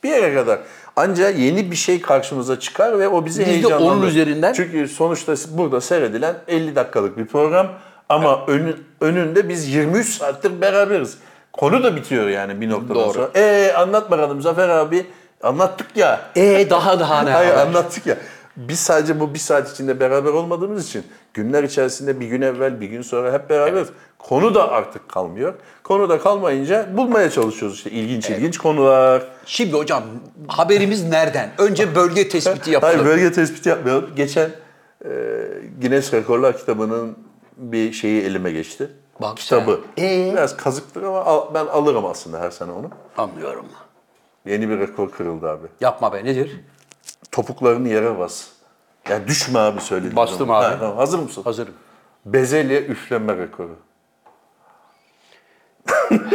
B: bir yere kadar ancak yeni bir şey karşımıza çıkar ve o bizi
A: Biz de
B: heyecanlandırır.
A: onun üzerinden-
B: Çünkü sonuçta burada seyredilen 50 dakikalık bir program ama önü- önünde biz 23 saattir beraberiz. Konu da bitiyor yani bir noktadan
A: Doğru.
B: sonra. Ee anlat bakalım Zafer abi anlattık ya.
A: E daha daha ne?
B: Hayır
A: haber?
B: anlattık ya. Biz sadece bu bir saat içinde beraber olmadığımız için günler içerisinde bir gün evvel bir gün sonra hep beraberiz. Konu da artık kalmıyor. Konu da kalmayınca bulmaya çalışıyoruz işte ilginç ilginç konular.
A: Şimdi hocam haberimiz nereden? Önce bölge tespiti yapalım.
B: Hayır bölge tespiti yapmayalım. Geçen e, Guinness Rekorlar kitabının bir şeyi elime geçti.
A: Bak sen.
B: Kitabı.
A: Ee?
B: Biraz kazıktır ama al- ben alırım aslında her sene onu.
A: Anlıyorum.
B: Yeni bir rekor kırıldı abi.
A: Yapma be nedir?
B: Topuklarını yere bas. Yani düşme abi söyledim.
A: Bastım
B: Ha,
A: abi.
B: tamam. Hazır mısın?
A: Hazırım.
B: Bezelye üfleme rekoru.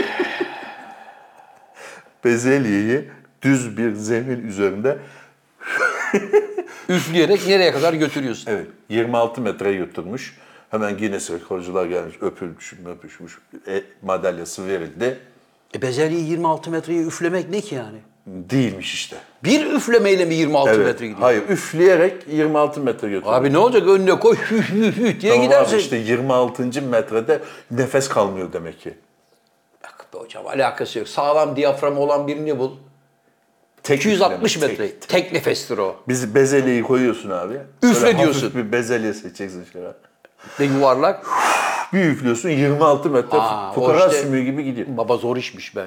B: Bezelyeyi düz bir zemin üzerinde
A: Üfleyerek nereye kadar götürüyorsun?
B: evet 26 metre yutturmuş. Hemen Guinness rekorcular gelmiş, öpülmüş, öpüşmüş, e, madalyası verildi.
A: E bezelyeyi 26 metreye üflemek ne ki yani?
B: Değilmiş işte.
A: Bir üflemeyle mi 26
B: Evet.
A: metre gidiyor?
B: Hayır, üfleyerek 26 metre yutturmuş.
A: Abi ne olacak önüne koy hü hü hü diye
B: Tamam abi,
A: gidersin.
B: işte 26. metrede nefes kalmıyor demek ki.
A: Bak be hocam alakası yok. Sağlam diyafram olan birini bul.
B: Tek
A: 260
B: üfleme,
A: metre.
B: tek-
A: Tek, nefestir o.
B: Biz bezelyeyi koyuyorsun abi.
A: Üfle
B: Böyle hafif
A: diyorsun.
B: bir bezelye seçeceksin şöyle.
A: Ve yuvarlak.
B: Bir üflüyorsun 26 metre
A: Aa,
B: fukara
A: o işte-
B: sümüğü gibi gidiyor.
A: Baba zor işmiş be.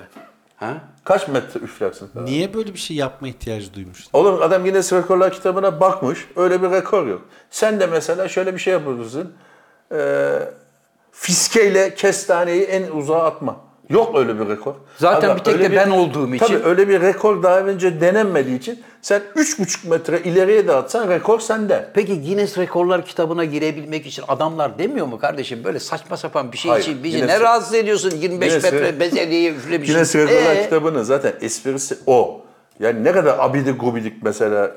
A: Ha?
B: Kaç metre üflersin?
C: Niye böyle bir şey yapma ihtiyacı duymuş?
B: Oğlum adam Guinness Rekorlar kitabına bakmış. Öyle bir rekor yok. Sen de mesela şöyle bir şey yapabilirsin. Ee, fiskeyle kestaneyi en uzağa atma. Yok öyle bir rekor.
A: Zaten
B: Adam
A: bir tek
B: öyle
A: de ben olduğum için-
B: Tabii öyle bir rekor daha önce denenmediği için sen 3,5 metre ileriye de atsan rekor sende.
A: Peki Guinness Rekorlar kitabına girebilmek için adamlar demiyor mu kardeşim? Böyle saçma sapan bir şey
B: Hayır,
A: için bizi
B: Guinness-
A: ne rahatsız ediyorsun 25
B: Guinness-
A: metre bezelyeyi üflemişsin.
B: Guinness Rekorlar
A: Ee?
B: kitabının zaten esprisi o. Yani ne kadar abidik gubidik mesela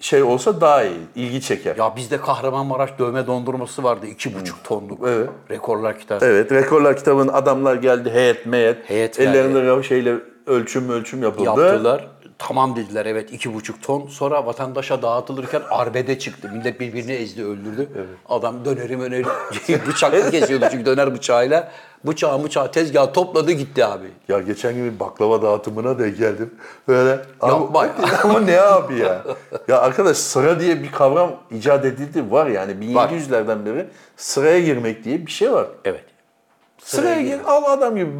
B: şey olsa daha iyi, ilgi çeker.
A: Ya bizde Kahramanmaraş dövme dondurması vardı iki buçuk tonluk.
B: Hmm. Evet.
A: Rekorlar kitabı.
B: Evet, Rekorlar kitabının adamlar geldi heyet meyet.
A: Heyet geldi.
B: ellerinde ra- şeyle ölçüm ölçüm yapıldı.
A: Yaptılar. Tamam dediler evet iki buçuk ton. Sonra vatandaşa dağıtılırken arbede çıktı. Millet birbirini ezdi öldürdü. Adam döneri möneri şey, bıçakla kesiyordu çünkü döner bıçağıyla. Bıçağı bıçağı tezgahı topladı gitti abi.
B: Ya geçen gün bir baklava dağıtımına da geldim. Böyle abi,
A: Yapma ya.
B: ama ne abi ya? Ya arkadaş sıra diye bir kavram icat edildi var yani 1700'lerden beri sıraya girmek diye bir şey var.
A: Evet.
B: Sıraya gir, al adam gibi.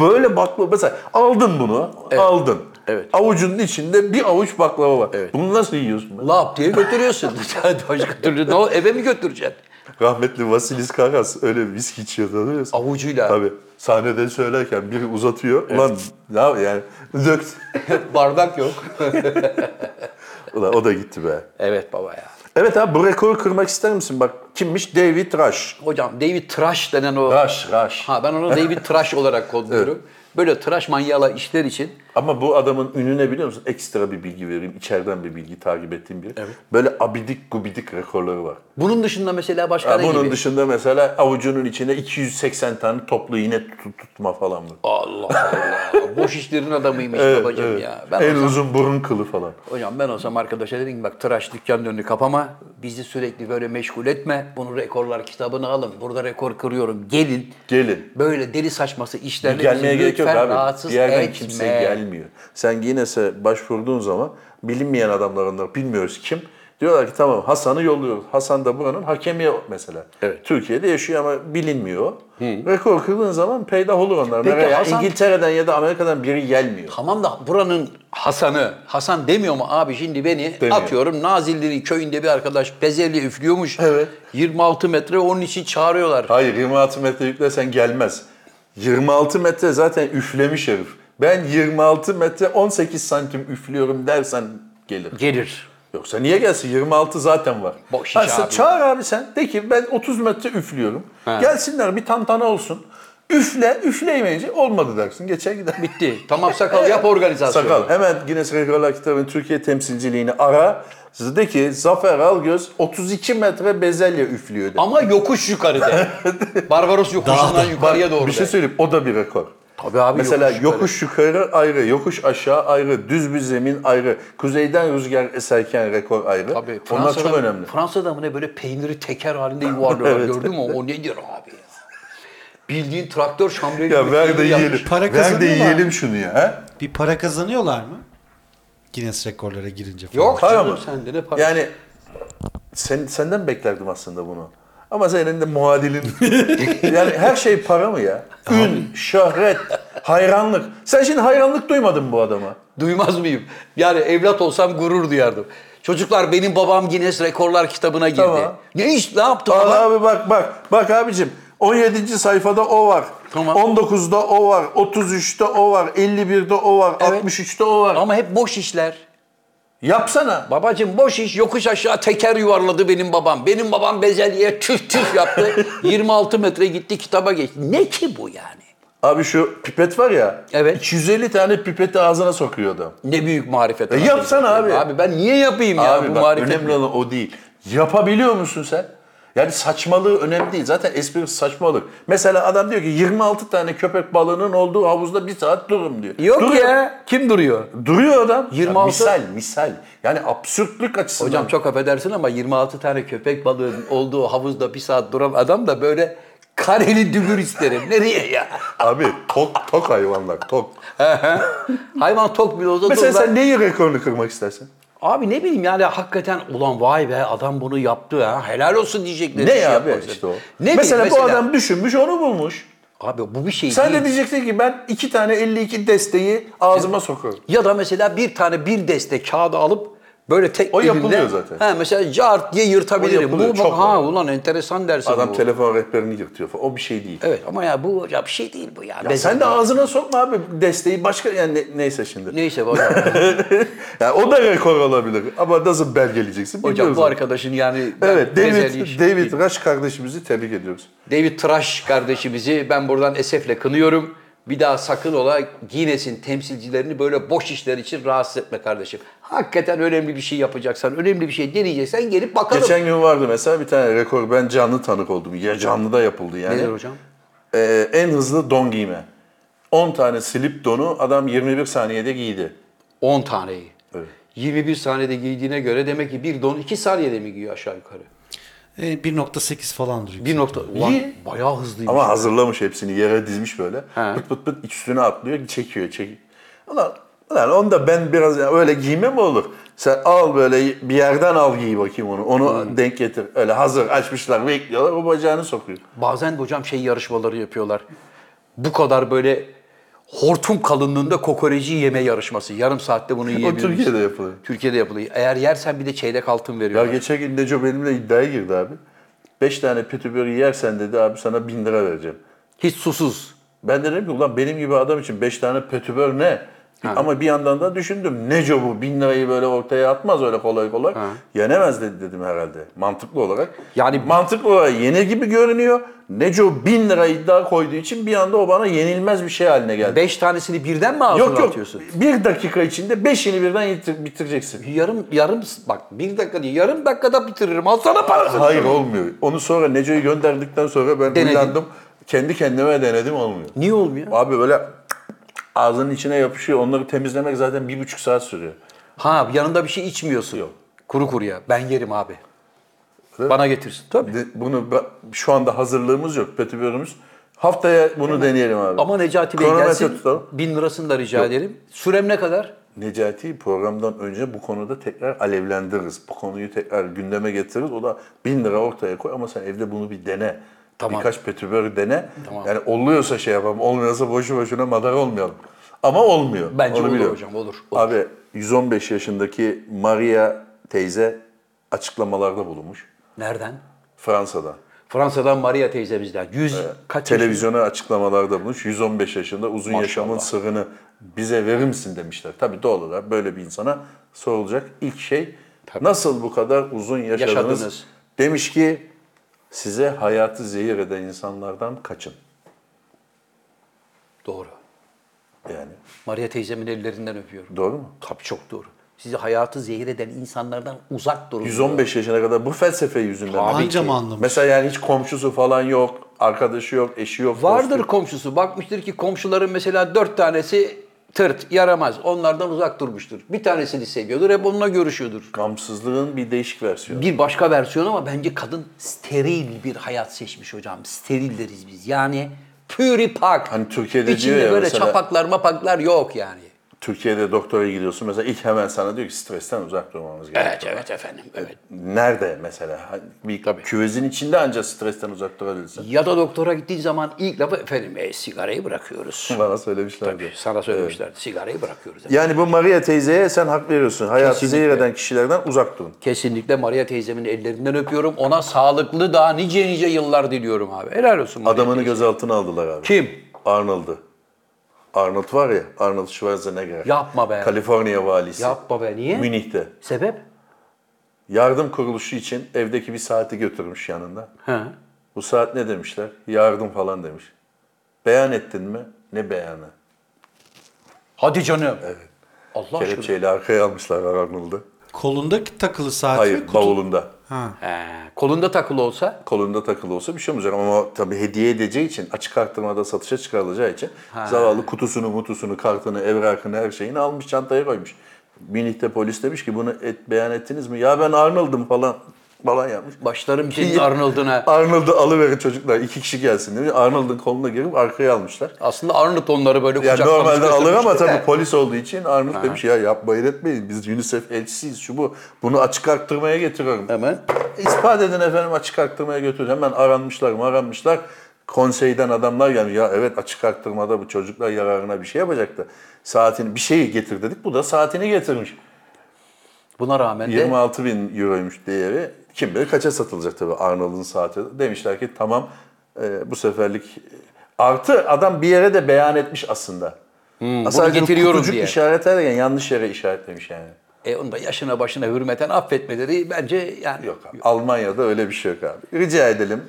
B: Böyle baklava, mesela aldın bunu, aldın.
A: Evet.
B: Avucunun içinde bir avuç baklava var.
A: Evet.
B: Bunu nasıl yiyorsun? be?
A: Lap diye götürüyorsun. Başka türlü ne o- eve mi götüreceksin?
B: Rahmetli Vasilis Karas öyle viski içiyordu hatırlıyor musun?
A: Avucuyla.
B: Tabii. Sahnede söylerken biri uzatıyor. Ulan ne yap- yani döktü.
A: Bardak yok.
B: Ulan o da gitti be.
A: evet baba ya.
B: Evet abi bu rekoru kırmak ister misin? Bak kimmiş? David Rush.
A: Hocam David Trash denen o...
B: Rush, Rush.
A: Ha ben onu David Trash olarak kodluyorum. Böyle tıraş manyala işler için
B: Ama bu adamın ününe biliyor musun? Ekstra bir bilgi vereyim. İçeriden bir bilgi takip ettiğim biri. Böyle abidik gubidik rekorları var.
A: Bunun dışında mesela başka
B: Ya
A: ne
B: bunun
A: gibi?
B: dışında mesela avucunun içine 280 tane toplu iğne tut- tutma falan var.
A: Allah Allah. Boş işlerin adamıymış babacığım ya. Ben
B: en
A: olsam,
B: uzun burun kılı falan.
A: hocam ben olsam arkadaşa dedim ki bak tıraş dükkanın önünü kapama. Bizi sürekli böyle meşgul etme. Bunu rekorlar kitabını alın. Burada rekor kırıyorum. Gelin.
B: Gelin.
A: Böyle deli saçması işlerle bizi
B: Gelmeye gerek yok
A: lütfen
B: abi.
A: rahatsız
B: Bir yerden
A: etme.
B: kimse gelmiyor. Sen Guinness'e başvurduğun zaman bilinmeyen adamlar onlar. Bilmiyoruz kim. Diyorlar ki tamam Hasan'ı yolluyoruz. Hasan da buranın hakemi mesela.
A: Evet.
B: Türkiye'de yaşıyor ama bilinmiyor. Rekor kırdığın zaman peydah olur onlar.
A: Peki
B: Meğer
A: Hasan-
B: İngiltere'den ya da Amerika'dan biri gelmiyor.
A: Tamam da buranın Hasan'ı, Hasan demiyor mu abi şimdi beni
B: Demiyor.
A: atıyorum Nazilli'nin köyünde bir arkadaş bezeli üflüyormuş.
B: Evet.
A: 26 metre onun için çağırıyorlar.
B: Hayır 26 metre yüklesen gelmez. 26 metre zaten üflemiş herif. Ben 26 metre 18 santim üflüyorum dersen gelir.
A: Gelir.
B: Yoksa niye gelsin? 26 zaten var.
A: Boş iş
B: Ha, sen-
A: abi.
B: Çağır abi sen. De ki ben 30 metre üflüyorum. Gelsinler bir tantana olsun. Üfle, üfleyemeyince olmadı dersin. Geçer gider.
A: Bitti. Tamam sakal yap organizasyonu.
B: Sakal. Hemen Guinness Rekorlar Kitabı'nın Türkiye temsilciliğini ara. Size de ki Zafer Algöz 32 metre bezelye üflüyor de.
A: Ama yokuş yukarıda. Barbaros yokuşundan yukarıya doğru.
B: Bir şey
A: de.
B: söyleyeyim o da bir rekor.
A: Tabii abi,
B: Mesela
A: yokuş
B: yokuş, yukarı ayrı, yokuş aşağı ayrı, düz bir zemin ayrı, kuzeyden rüzgar eserken rekor ayrı.
A: Tabii,
B: Onlar çok
A: Fransa'da-
B: önemli.
A: Fransa'da mı ne böyle peyniri teker halinde yuvarlıyorlar
B: Evet.
A: gördün mü? O nedir abi ya? Bildiğin traktör şamreli.
B: Ya ver de
A: peyniri yapmış.
B: yiyelim.
C: Para
B: ver de
C: kazanıyorlar.
B: yiyelim şunu ya. He?
C: Bir para kazanıyorlar mı? Guinness rekorlara girince falan.
A: Yok
B: Para
A: canım
B: mı?
A: sende ne para?
B: Yani sen, senden beklerdim aslında bunu. Ama senin de muadilin. yani her şey para mı ya? Ün, şöhret, hayranlık. Sen şimdi hayranlık duymadın mı bu adama.
A: Duymaz mıyım? Yani evlat olsam gurur duyardım. Çocuklar benim babam Guinness Rekorlar kitabına girdi.
B: Tamam.
A: Ne iş ne yaptı
B: Al
A: falan.
B: abi bak bak. Bak abicim 17. sayfada o var.
A: Tamam.
B: 19'da o var. 33'te o var. 51'de o var.
A: Evet.
B: 63'te o var.
A: Ama hep boş işler.
B: Yapsana.
A: Babacım boş iş yokuş aşağı teker yuvarladı benim babam. Benim babam bezelyeye tüf tüf yaptı. 26 metre gitti kitaba geçti. Ne ki bu yani?
B: Abi şu pipet var ya.
A: Evet.
B: 250 tane pipeti ağzına sokuyor adam.
A: Ne büyük marifet. abi.
B: E, yapsana abi.
A: Abi ben niye yapayım ya
B: Abi
A: bu
B: bak
A: marifet?
B: önemli olan o değil. Yapabiliyor musun sen? Yani saçmalığı önemli değil. Zaten espri saçmalık. Mesela adam diyor ki 26 tane köpek balığının olduğu havuzda bir saat durum diyor.
A: Yok
B: Duruyor.
A: ya. Kim duruyor?
B: Duruyor adam. Ya
A: 26
B: misal misal. Yani absürtlük açısından.
A: Hocam çok affedersin ama 26 tane köpek balığının olduğu havuzda bir saat duran adam da böyle kareli dübür isterim. Nereye ya?
B: Abi tok tok hayvanlar tok.
A: Hayvan tok bile olsa
B: Mesela
A: dur lan.
B: sen neyi rekorunu kırmak istersin?
A: Abi ne bileyim yani hakikaten ulan vay be adam bunu yaptı ha. Helal olsun diyecekler.
B: Ne
A: bir şey
B: ya abi
A: yapmasın.
B: işte o.
A: Ne
B: mesela,
A: mesela,
B: bu adam düşünmüş onu bulmuş.
A: Abi bu bir şey
B: Sen
A: değil.
B: de diyeceksin ki ben iki tane 52 desteği ağzıma sokuyorum.
A: Ya da mesela bir tane bir deste kağıdı alıp böyle tek
B: O
A: elimle-
B: yapılıyor zaten.
A: He mesela cart diye
B: O
A: yırtabilirim.
B: yapılıyor,
A: Bu
B: çok
A: bak ha
B: var.
A: ulan enteresan dersin
B: Adam
A: bu.
B: telefon rehberini yırtıyor falan. O bir şey değil.
A: Evet ama ya bu hocam bir şey değil bu ya.
B: Ya sen de ağzına sokma abi desteği başka yani ne- neyse şimdi.
A: Neyse hocam.
B: yani o da rekor olabilir ama nasıl belgeleyeceksin
A: Hocam
B: bilmiyoruz
A: bu
B: onu.
A: arkadaşın yani ben
B: Evet
A: bezelye
B: David,
A: iş-
B: David Rush kardeşimizi tebrik ediyoruz.
A: David Trash kardeşimizi ben buradan esefle kınıyorum. Bir daha sakın ola Guinness'in temsilcilerini böyle boş işler için rahatsız etme kardeşim. Hakikaten önemli bir şey yapacaksan, önemli bir şey deneyeceksen gelip bakalım.
B: Geçen gün vardı mesela bir tane rekor ben canlı tanık oldum. Ya canlı da yapıldı yani.
A: Nedir hocam?
B: Ee, en hızlı don giyme. 10 tane slip donu adam 21 saniyede giydi.
A: 10 taneyi.
B: Evet.
A: 21 saniyede giydiğine göre demek ki bir don 2 saniyede mi giyiyor aşağı yukarı?
C: E, 1.8 falan duruyor.
A: Bir nokta. Ulan
B: İyi.
A: bayağı hızlıymış.
B: Ama hazırlamış hepsini yere dizmiş böyle.
A: He.
B: Pıt pıt pıt üstüne atlıyor, çekiyor, çekiyor. Ulan, ulan onu da ben biraz ya öyle giyme mi olur? Sen al böyle bir yerden al giy bakayım onu. Onu denk getir. Öyle hazır açmışlar bekliyorlar o bacağını sokuyor.
A: Bazen de hocam şey yarışmaları yapıyorlar. Bu kadar böyle hortum kalınlığında kokoreci yeme yarışması. Yarım saatte bunu yiyebilir misin?
B: Türkiye'de yapılıyor.
A: Türkiye'de yapılıyor. Eğer yersen bir de çeyrek altın
B: Ya
A: veriyorlar.
B: geçen gün Neco benimle iddiaya girdi abi. Beş tane petibörü yersen dedi abi sana bin lira vereceğim.
A: Hiç susuz.
B: Ben de dedim ki ulan benim gibi adam için beş tane petibör ne? Ama bir yandan da düşündüm. Neco bu bin lirayı böyle ortaya atmaz öyle kolay kolay. Yenemez dedi dedim herhalde mantıklı olarak.
A: Yani-
B: mantıklı olarak yenir gibi görünüyor. Neco bin lira iddia koyduğu için bir anda o bana yenilmez bir şey haline geldi.
A: Beş tanesini birden mi ağzına
B: yok yok
A: atıyorsun?
B: bir dakika içinde beşini birden yitir- bitireceksin.
A: Yarım, yarım, bak bir dakika değil, yarım dakikada bitiririm. Al sana parasını.
B: Hayır olmuyor. Onu sonra Neco'yu gönderdikten sonra ben
A: Denedin.
B: kullandım. Kendi kendime denedim olmuyor.
A: Niye olmuyor?
B: Abi böyle ağzının içine yapışıyor. Onları temizlemek zaten bir buçuk saat sürüyor.
A: Ha yanında bir şey içmiyorsun.
B: Yok.
A: Kuru kuruya. Ben yerim abi.
B: mi?
A: Bana getirsin. Tabii.
B: De- Bunu ba- şu anda hazırlığımız yok, petibörümüz. Haftaya bunu deneyelim abi.
A: Ama Necati Bey
B: Kronometre
A: gelsin.
B: tutalım.
A: Bin lirasını da rica ederim. Sürem ne kadar?
B: Necati'yi programdan önce bu konuda tekrar alevlendiririz. Bu konuyu tekrar gündeme getiririz. O da bin lira ortaya koy ama sen evde bunu bir dene.
A: Tamam.
B: Birkaç petibör dene.
A: Tamam.
B: Yani oluyorsa şey yapalım, olmuyorsa boşu boşuna madar olmayalım. Ama olmuyor.
A: Bence
B: Onu
A: olur
B: biliyorum.
A: hocam, olur, olur.
B: Abi 115 yaşındaki Maria teyze açıklamalarda bulunmuş.
A: Nereden?
B: Fransa'da.
A: Fransa'dan Maria teyzemizden. Yüz kaç yaşında?
B: televizyona açıklamalarda bulunmuş. 115 yaşında uzun
A: Maşallah.
B: yaşamın sırrını bize verir misin demişler. Tabii doğal olarak böyle bir insana sorulacak ilk şey nasıl bu kadar uzun yaşadınız?
A: Yaşadınız.
B: Demiş ki size hayatı zehir eden insanlardan kaçın.
A: Doğru.
B: Yani
A: Maria teyzemin ellerinden öpüyorum.
B: doğru mu?
A: Tabii çok doğru. Sizi hayatı zehir eden insanlardan uzak durun.
B: 115 yaşına kadar bu felsefe yüzünden.
A: Tabii
C: Anca
A: ki.
C: mı anlamış?
B: Mesela yani hiç komşusu falan yok, arkadaşı yok, eşi yok. dostu
A: Vardır
B: yok.
A: komşusu. Bakmıştır ki komşuların mesela dört tanesi tırt, yaramaz. Onlardan uzak durmuştur. Bir tanesini seviyordur, hep onunla görüşüyordur.
B: Gamsızlığın bir değişik versiyonu.
A: Bir başka versiyon ama bence kadın steril bir hayat seçmiş hocam. Steril deriz biz. Yani püripak.
B: Hani Türkiye'de
A: İçinde
B: diyor ya
A: böyle
B: mesela-
A: çapaklar mapaklar yok yani.
B: Türkiye'de doktora gidiyorsun mesela ilk hemen sana diyor ki stresten uzak durmamız gerekiyor.
A: Evet evet efendim evet.
B: Nerede mesela? Hani Bir
A: Tabii.
B: küvezin içinde ancak stresten uzak durabilirsin.
A: Ya da doktora gittiğin zaman ilk lafı efendim e, sigarayı bırakıyoruz.
B: Bana söylemişler. diyor.
A: Sana söylemişlerdi sigarayı bırakıyoruz.
B: Yani bu Maria teyzeye sen hak veriyorsun. Hayatı
A: Kesinlikle.
B: zehir eden kişilerden uzak durun.
A: Kesinlikle Maria teyzemin ellerinden öpüyorum. Ona sağlıklı daha nice nice yıllar diliyorum abi. Helal olsun Maria
B: Adamını
A: teyze.
B: gözaltına aldılar abi.
A: Kim?
B: Arnold'u. Arnold var ya, Arnold Schwarzenegger.
A: Yapma be.
B: Kaliforniya valisi.
A: Yapma be niye?
B: Münih'te.
A: Sebep?
B: Yardım kuruluşu için evdeki bir saati götürmüş yanında.
A: He.
B: Bu saat ne demişler? Yardım falan demiş. Beyan ettin mi? Ne beyanı?
A: Hadi canım. Allah aşkına.
B: Kelepçeyle arkaya almışlar Arnold'u.
C: Kolunda takılı saat mi?
B: Hayır,
C: Kutu...
B: bavulunda.
C: Ha.
A: He, kolunda takılı olsa
B: kolunda takılı olsa bir şey olmayacak ama tabii hediye edeceği için açık arttırmada satışa çıkarılacağı için zavallı kutusunu, mutusunu, kartını, evrakını, her şeyini almış çantaya koymuş. Münih'te polis demiş ki bunu et, beyan ettiniz mi? Ya ben Arnold'um falan falan yapmış.
A: başlarım senin Arnold'una.
B: Arnold'u alıverin çocuklar iki kişi gelsin demiş. Arnold'un koluna girip arkaya almışlar.
A: Aslında Arnold onları böyle
B: Yani
A: kucaklamış.
B: normalde alır ama
A: götürmüş şey de.
B: tabii polis olduğu için Arnold demiş ya yapmayın etmeyin biz UNICEF elçisiyiz şu bu. Bunu açık arttırmaya getiriyorum.
A: Hemen.
B: İspat edin efendim açık arttırmaya götürün. Hemen aranmışlar aranmışlar. Konseyden adamlar gelmiş. Ya evet açık arttırmada bu çocuklar yararına bir şey yapacaktı. Saatini bir şey getir dedik. Bu da saatini getirmiş.
A: Buna rağmen de
B: 26 bin euroymuş değeri. Kim bilir kaça satılacak tabii Arnold'un saati. Demişler ki tamam e, bu seferlik artı adam bir yere de beyan etmiş aslında. Hmm,
A: getiriyorum
B: kutucuk
A: diye.
B: işaret ederken yanlış yere işaretlemiş yani.
A: e, onu da yaşına başına hürmeten affetmeleri bence yani
B: Yok abi. Almanya'da öyle bir şey yok abi. Rica edelim.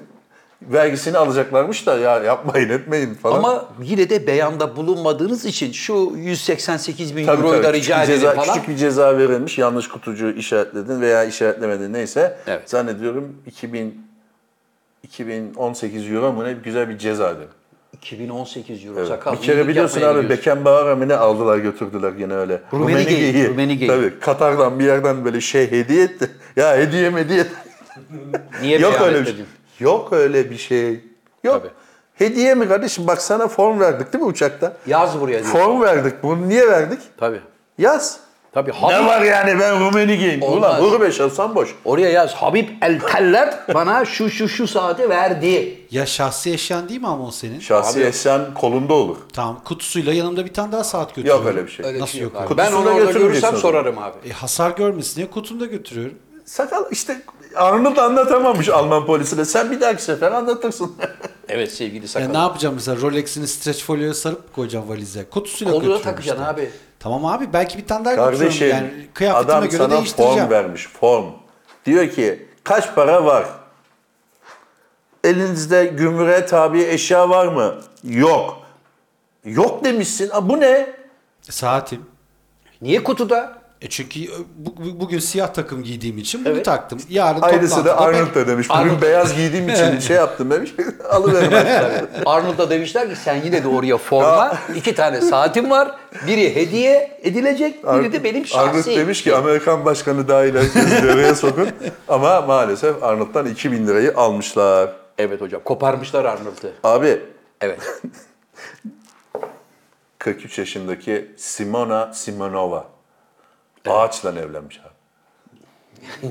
B: Vergisini alacaklarmış da ya yapmayın etmeyin falan.
A: Ama yine de beyanda bulunmadığınız için şu 188 bin
B: Tabii,
A: euroyu
B: tabii.
A: da
B: Küçük
A: rica
B: bir
A: edelim
B: ceza-
A: falan.
B: Küçük bir ceza verilmiş. Yanlış kutucuğu işaretledin veya işaretlemedin neyse.
A: Evet.
B: Zannediyorum 2000 2018 euro mu ne güzel bir ceza ödedi.
A: 2018 Euro
B: Bir
A: sakat.
B: kere biliyorsun abi Beckenbauer'ı mı ne aldılar götürdüler yine öyle.
A: Rumenige'yi, Rumenige'yi.
B: Tabii Katar'dan bir yerden böyle şey hediye etti. Ya hediye mi hediye.
A: Niye
B: Yok
A: beyan
B: öyle bir şey.
A: etmedin?
B: Yok öyle bir şey. Yok. Hediye mi kardeşim? Bak sana form verdik değil mi uçakta?
A: Yaz buraya diyor.
B: Form verdik. Bunu niye verdik?
A: Tabii.
B: Yaz.
A: Tabii.
B: Ne
A: Habib,
B: var yani ben Rumenige'yim. Ulan
A: Olmaz.
B: Huru Beş alsan boş.
A: oraya yaz. Habib El Tellep bana şu şu şu saati verdi.
C: Ya şahsi eşyan değil mi ama o senin?
B: Şahsi eşyan kolunda olur.
C: tamam kutusuyla yanımda bir tane daha saat götürüyorum.
B: Yok öyle bir şey.
A: Öyle bir
C: Nasıl
A: şey
C: yok
A: abi.
C: abi?
A: Ben onu
B: Kutusunda
A: orada
B: götürmeyeceksin
A: görürsem
B: o zaman.
A: sorarım abi.
C: E, hasar görmesin diye kutumda götürüyorum. E,
B: Sakal işte Arnold anlatamamış Alman polisine. Sen bir dahaki sefer anlatırsın.
A: Evet sevgili
C: Ya
A: sakal.
C: ne yapacağım mesela Rolex'ini stretch folyoya sarıp mı koyacağım valize? Kutusuyla
A: Koluna
C: götürüyorum
A: takacaksın
C: işte.
A: abi.
C: Tamam abi belki bir tane daha
B: Kardeşim
C: götürüyorum. Yani kıyafetime
B: adam
C: göre
B: sana
C: değiştireceğim.
B: form vermiş form. Diyor ki kaç para var? Elinizde gümrüğe tabi eşya var mı? Yok. Yok demişsin. Aa, bu ne?
C: Saatim.
A: Niye kutuda?
C: E çünkü bu- bu- bugün siyah takım giydiğim için bunu
A: Evet.
C: taktım. Yarın
B: Aynısı da
C: toplantıda ben-
B: Arnold da demiş.
A: Arnold-
B: Bugün beyaz giydiğim için şey yaptım demiş. Alıverim.
A: Arnold'a demişler ki sen yine de oraya forma. iki tane saatim var. Biri hediye edilecek, biri de benim şahsi.
B: Arnold demiş ki Amerikan başkanı dahil herkesi devreye sokun. Ama maalesef Arnold'dan 2000 lirayı almışlar.
A: Evet hocam koparmışlar Arnold'u.
B: Abi
A: Evet.
B: 43 yaşındaki Simona Simonova ağaçla evlenmiş abi.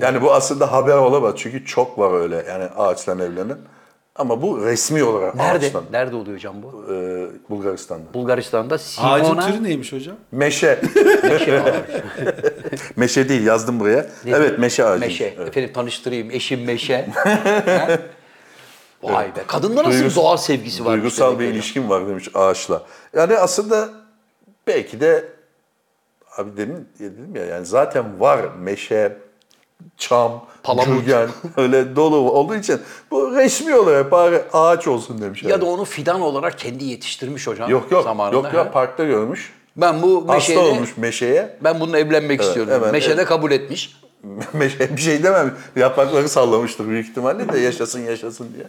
B: Yani bu aslında haber olamaz çünkü çok var öyle yani ağaçla evlenen. Ama bu resmi olarak
A: Nerede?
B: ağaçla.
A: Nerede oluyor hocam bu?
B: Ee, Bulgaristan'da.
A: Bulgaristan'da
C: Ağacın
A: Simona
C: türü neymiş hocam?
B: Meşe. meşe değil yazdım buraya. Evet meşe ağacı.
A: Meşe.
B: Evet.
A: Efendim tanıştırayım eşim Meşe. Ha? Vay be. Kadında nasıl bir
B: Duygus-
A: doğal sevgisi var?
B: Duygusal bir ilişkin var demiş ağaçla. Yani aslında belki de abi demin dedim ya yani zaten var meşe, çam,
A: Palamut.
B: gürgen öyle dolu olduğu için bu resmi olarak bari ağaç olsun demiş.
A: Ya
B: yani.
A: da onu fidan olarak kendi yetiştirmiş hocam.
B: yok yok
A: zamanında.
B: yok
A: Ha?
B: yok parkta görmüş.
A: Ben bu
B: Hasta
A: Meşe'yle,
B: olmuş meşeye.
A: ben bununla evlenmek istiyorum.
B: hemen,
A: Meşe
B: evet.
A: de kabul etmiş.
B: Meşe bir şey demem. Yaprakları sallamıştır büyük ihtimalle de yaşasın yaşasın diye.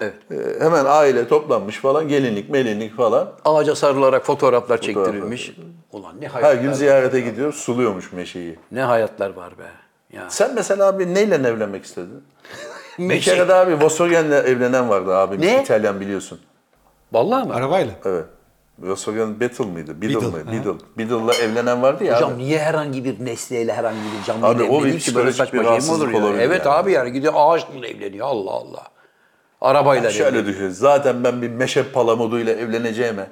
A: Evet.
B: Ee, hemen aile toplanmış falan gelinlik melinlik falan.
A: Ağaca sarılarak fotoğraflar çektirilmiş. Ulan ne hayatlar.
B: Her gün ziyarete gidiyor suluyormuş meşeyi.
A: Ne hayatlar var be. Ya.
B: Sen mesela abi neyle evlenmek istedin? Bir
A: Meşe.
B: kere de abi Volkswagen'le evlenen vardı abimiz.
A: Ne?
B: İtalyan biliyorsun.
A: Vallahi mi?
C: Arabayla.
B: Evet. Volkswagen Beetle mıydı? Beetle,
C: Beetle,
B: mı?
C: ha.
B: Beetle. Beetle'la evlenen vardı ya
A: Hocam
B: abi.
A: niye herhangi bir nesneyle herhangi bir canlı
B: Abi o
A: evlenmedin
B: bir
A: ki böyle
B: psikolojik
A: saçma şey
B: bir
A: mi olur
B: rahatsızlık
A: ya?
B: olabilir
A: Evet
B: yani.
A: abi yani gidiyor ağaçla evleniyor Allah Allah. Arabayla evleniyor.
B: Şöyle düşün. Zaten ben bir meşe palamuduyla evleneceğime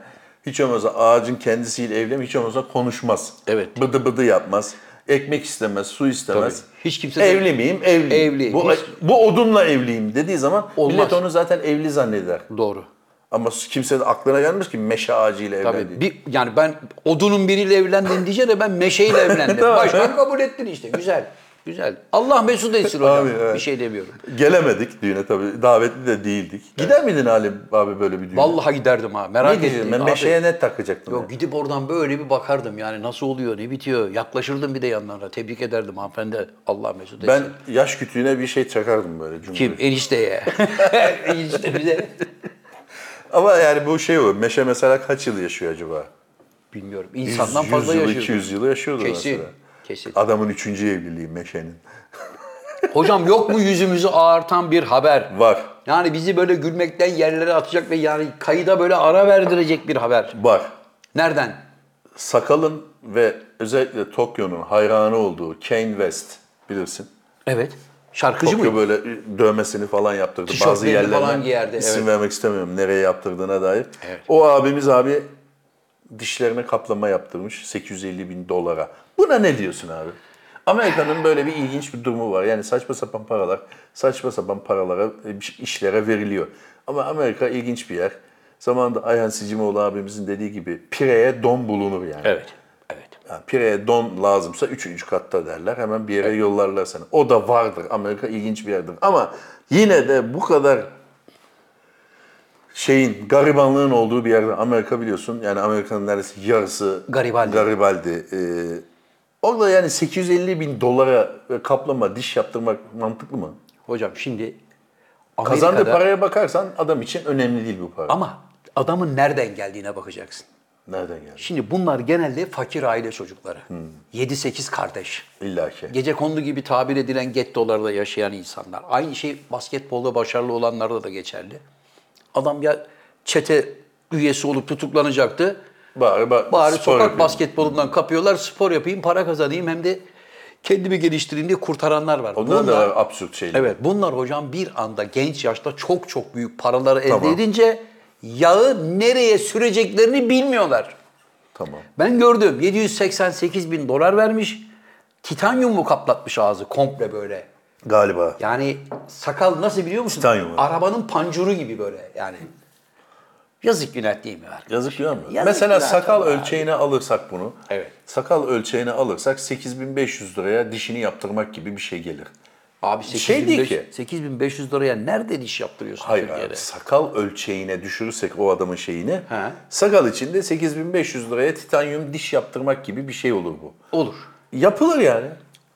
B: hiç olmazsa ağacın kendisiyle evlenim hiç olmazsa konuşmaz.
A: Evet.
B: Bıdı bıdı yapmaz. Ekmek istemez, su istemez.
A: Tabii. Hiç kimse de-
B: evli miyim? Evliyim.
A: Evli.
B: Bu,
A: Hiç-
B: bu odunla evliyim dediği zaman
A: Olmaz.
B: millet onu zaten evli zanneder.
A: Doğru.
B: Ama kimse de aklına gelmez ki meşe ağacıyla evlendi.
A: Tabii. Bir, yani ben odunun biriyle evlendim diyeceğim de ben meşeyle evlendim. Başkan kabul ettin işte. Güzel. Güzel. Allah mesut etsin hocam.
B: Abi, evet.
A: Bir şey demiyorum.
B: Gelemedik düğüne tabii. Davetli de değildik. Gider miydin Ali abi böyle bir düğüne?
A: Vallahi giderdim ha.
B: ne
A: Merak
B: diyeceğim
A: ettim.
B: ben
A: abi.
B: meşeye net takacaktım.
A: Yok gidip oradan böyle bir bakardım yani nasıl oluyor, ne bitiyor. Yaklaşırdım bir de yanlarına. Tebrik ederdim hanımefendi. Allah mesut etsin.
B: Ben yaş kütüğüne bir şey çakardım böyle cümle.
A: Kim? Enişteye. Enişte bize.
B: Ama yani bu şey o. Meşe mesela kaç yıl yaşıyor acaba?
A: Bilmiyorum.
B: 100,
A: İnsandan fazla
B: yıl,
A: yaşıyor.
B: 200 yılı yaşıyordu
A: Kesin,
B: mesela.
A: kesin.
B: Adamın üçüncü evliliği Meşe'nin.
A: Hocam yok mu yüzümüzü ağartan bir haber?
B: Var.
A: Yani bizi böyle gülmekten yerlere atacak ve yani kayıda böyle ara verdirecek bir haber.
B: Var.
A: Nereden?
B: Sakalın ve özellikle Tokyo'nun hayranı olduğu Kane West bilirsin.
A: Evet. Şarkıcı
B: Tokyo
A: mı?
B: böyle dövmesini falan yaptırdı.
A: Tişörtlerini
B: Bazı yerlerine
A: falan giyerdi,
B: isim
A: evet.
B: vermek istemiyorum nereye yaptırdığına dair.
A: Evet.
B: O abimiz abi dişlerine kaplama yaptırmış 850 bin dolara. Buna ne diyorsun abi? Amerika'nın böyle bir ilginç bir durumu var. Yani saçma sapan paralar, saçma sapan paralara, e, bir- işlere veriliyor. Ama Amerika ilginç bir yer. Zamanında Ayhan Sicimoğlu abimizin dediği gibi pireye don bulunur yani.
A: Evet. Evet.
B: Yani pireye don lazımsa üçüncü katta derler. Hemen bir yere yollarlar seni. O da vardır. Amerika ilginç bir yerdir. Ama yine de bu kadar şeyin, garibanlığın olduğu bir yerde Amerika biliyorsun. Yani Amerika'nın neredeyse yarısı
A: Garibaldi.
B: Garibaldi. Ee, orada yani 850 bin dolara kaplama, diş yaptırmak mantıklı mı?
A: Hocam şimdi
B: Kazandığı
A: Amerika'da-
B: paraya bakarsan adam için önemli değil bu para.
A: Ama adamın nereden geldiğine bakacaksın.
B: Nereden geldi?
A: Şimdi bunlar genelde fakir aile çocukları.
B: Hmm.
A: 7-8 kardeş.
B: İlla ki.
A: Gece kondu gibi tabir edilen gettolarda yaşayan insanlar. Aynı şey basketbolda başarılı olanlarda da geçerli. Adam ya çete üyesi olup tutuklanacaktı.
B: Bari, ba-
A: Bari
B: spor
A: sokak
B: yapayım.
A: basketbolundan kapıyorlar, spor yapayım, para kazanayım hem de kendimi geliştireyim diye kurtaranlar var.
B: Ondan
A: Bunlar-
B: da absürt şeyler.
A: Evet bunlar hocam bir anda genç yaşta çok çok büyük paraları elde
B: Tamam.
A: edince yağı nereye süreceklerini bilmiyorlar.
B: Tamam.
A: Ben gördüm 788 bin dolar vermiş. Titanyum mu kaplatmış ağzı komple böyle.
B: Galiba.
A: Yani sakal nasıl biliyor musun?
B: Titanyum.
A: Arabanın pancuru gibi böyle yani. Yazık günah değil mi var?
B: Yazık günah mı?
A: Yazık
B: Mesela
A: günah
B: sakal
A: tabii abi.
B: ölçeğine alırsak bunu.
A: Evet.
B: Sakal ölçeğine alırsak 8500 liraya dişini yaptırmak gibi bir şey gelir.
A: Abi
B: Şey değil
A: 8500
B: ki.
A: 8500 liraya nereden iş yaptırıyorsun
B: Hayır
A: Türkiye'de?
B: abi, sakal ölçeğine düşürürsek o adamın şeyini,
A: He.
B: sakal içinde 8500 liraya titanyum diş yaptırmak gibi bir şey olur bu.
A: Olur.
B: Yapılır yani.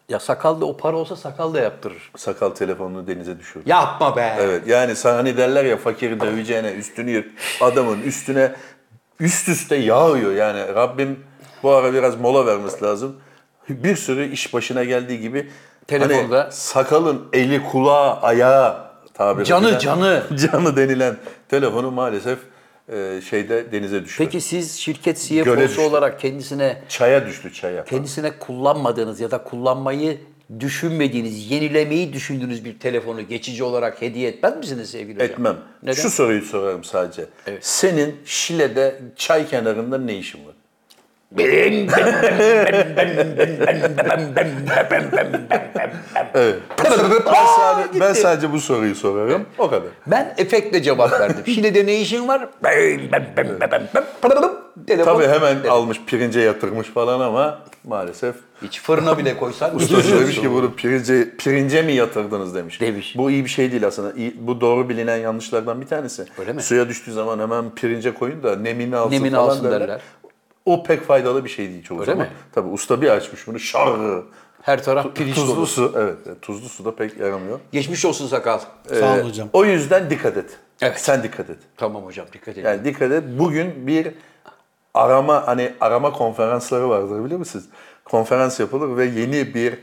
A: Ya sakal da o para olsa sakal da yaptırır.
B: Sakal telefonunu denize düşürdü.
A: Yapma be.
B: Evet yani hani derler ya fakiri döveceğine üstünü yırt. Adamın üstüne üst üste yağıyor yani. Rabbim bu ara biraz mola vermesi lazım. Bir sürü iş başına geldiği gibi
A: Telefonda.
B: hani sakalın eli kulağı ayağı tabiri
A: Canı,
B: edilen-
A: canı.
B: canı denilen telefonu maalesef e, şeyde denize düştü.
A: Peki siz şirket
B: Göle
A: CFO'su
B: düştü.
A: olarak kendisine
B: Çaya düştü çaya.
A: kendisine kullanmadığınız ya da kullanmayı düşünmediğiniz, yenilemeyi düşündüğünüz bir telefonu geçici olarak hediye etmez misiniz sevgili hocam?
B: Etmem.
A: Neden?
B: Şu soruyu sorarım sadece.
A: Evet.
B: Senin Şile'de çay kenarında ne işin var? Ben, sadece, ben sadece bu soruyu sorarım. O kadar.
A: Ben efektle cevap verdim. Şimdi de ne işin var? Telefon.
B: Tabii hemen almış pirince yatırmış falan ama maalesef
A: Hiç fırına bile koysan.
B: usta demiş ki bunu pirince, pirince mi yatırdınız demiş.
A: Demiş.
B: Bu iyi bir şey değil aslında. İyi- bu doğru bilinen yanlışlardan bir tanesi.
A: Öyle mi?
B: Suya düştüğü zaman hemen pirince koyun da nemini alsın
A: Nemini
B: falan
A: alsın
B: derler.
A: derler.
B: O pek faydalı bir şey değil çoğu
A: Öyle
B: zaman.
A: mi?
B: Tabii usta bir açmış bunu şar.
A: Her taraf pirinç
B: tuzlu
A: dolu.
B: su. Evet tuzlu su da pek yaramıyor.
A: Geçmiş olsun sakal.
C: Sağ
B: Ee,
C: olun hocam.
B: O yüzden dikkat et.
A: Evet.
B: Sen dikkat et.
A: Tamam hocam dikkat edin.
B: Yani dikkat et. Bugün bir arama hani arama konferansları vardır biliyor musunuz? Konferans yapılır ve yeni bir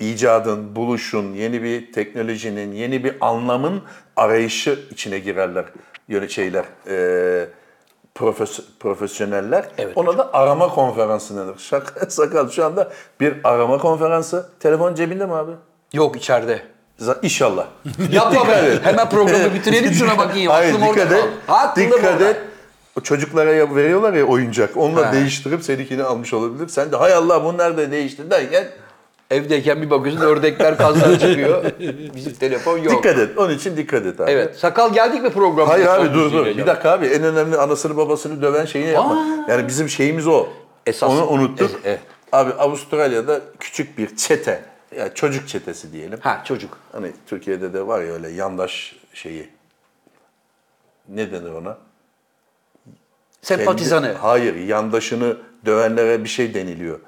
B: icadın, buluşun, yeni bir teknolojinin, yeni bir anlamın arayışı içine girerler yöne şeyler. e, profes- profesyoneller.
A: Evet
B: Ona da arama konferansı denir. Şaka, sakal şu anda bir arama konferansı. Telefon cebinde mi abi?
A: Yok içeride.
B: Z- İnşallah.
A: Yapma
B: Dikkat
A: be.
B: et.
A: Hemen programı bitirelim şuna bakayım.
B: Hayır
A: Aklım orada
B: dikkat et.
A: kaldı. Aklım
B: Dikkat
A: orada.
B: et. O çocuklara ya- veriyorlar ya oyuncak. Onunla
A: Ha.
B: değiştirip seninkini almış olabilir. Sen de hay Allah bunlar da değişti derken
A: Evdeyken bir bakıyorsun ördekler kazdan çıkıyor. Bizim telefon yok.
B: dikkat et. Onun için dikkat et abi.
A: Evet. Sakal geldik mi programda?
B: Hayır abi dur dur. Bir dakika abi en önemli anasını babasını döven şeyini yapma. Yani bizim şeyimiz o.
A: Esas-
B: Onu unuttuk.
A: E- evet.
B: Abi Avustralya'da küçük bir çete. Yani çocuk çetesi diyelim.
A: Ha çocuk.
B: Hani Türkiye'de de var ya öyle yandaş şeyi. Ne denir ona? Kendi-
A: Sempatizanı.
B: hayır, yandaşını dövenlere bir şey deniliyor.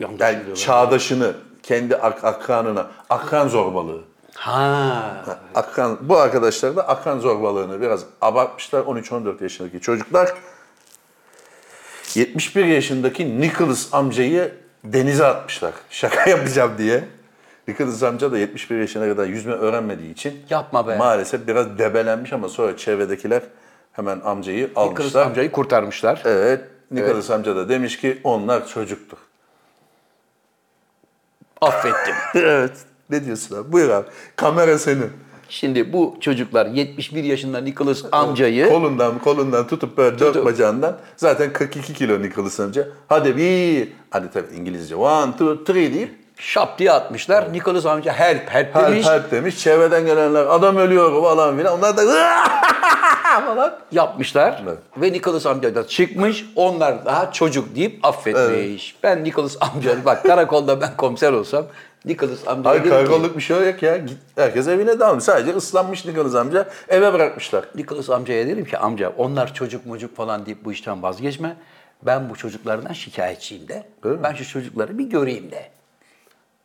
A: Yandaşını
B: Yani
A: döven.
B: çağdaşını, kendi ak- akranına, akran zorbalığı.
A: Ha.
B: Akran, bu arkadaşlar da akran zorbalığını biraz abartmışlar. 13-14 yaşındaki çocuklar 71 yaşındaki Nicholas amcayı denize atmışlar. Şaka yapacağım diye. Nicholas amca da 71 yaşına kadar yüzme öğrenmediği için
A: Yapma be.
B: maalesef biraz debelenmiş ama sonra çevredekiler hemen amcayı almışlar.
A: Kırıs amcayı kurtarmışlar.
B: Evet. Nicholas amca da demiş ki onlar çocuktur.
A: Affettim.
B: evet. Ne diyorsun abi? Buyur abi. Kamera senin.
A: Şimdi bu çocuklar 71 yaşında Nicholas amcayı
B: Kolundan kolundan tutup böyle dört bacağından zaten 42 kilo Nicholas amca. Hadi bir. Hadi tabii İngilizce. One, two, three deyip
A: şap diye atmışlar. Nicholas amca help help
B: help
A: demiş.
B: help demiş. Çevreden gelenler adam ölüyor falan filan. Onlar da falan.
A: Yapmışlar
B: Evet.
A: ve Nicholas amca da çıkmış. Onlar daha çocuk deyip affetmiş. Ben Nicholas amca bak karakolda ben komiser olsam Nicholas amca
B: Hayır karakolluk bir şey yok ya. Git, herkes evine dağılmış. Sadece ıslanmış Nicholas amca eve bırakmışlar.
A: Nicholas amcaya derim ki amca onlar çocuk mucuk falan deyip bu işten vazgeçme. Ben bu çocuklardan şikayetçiyim de. Ben şu çocukları bir göreyim de.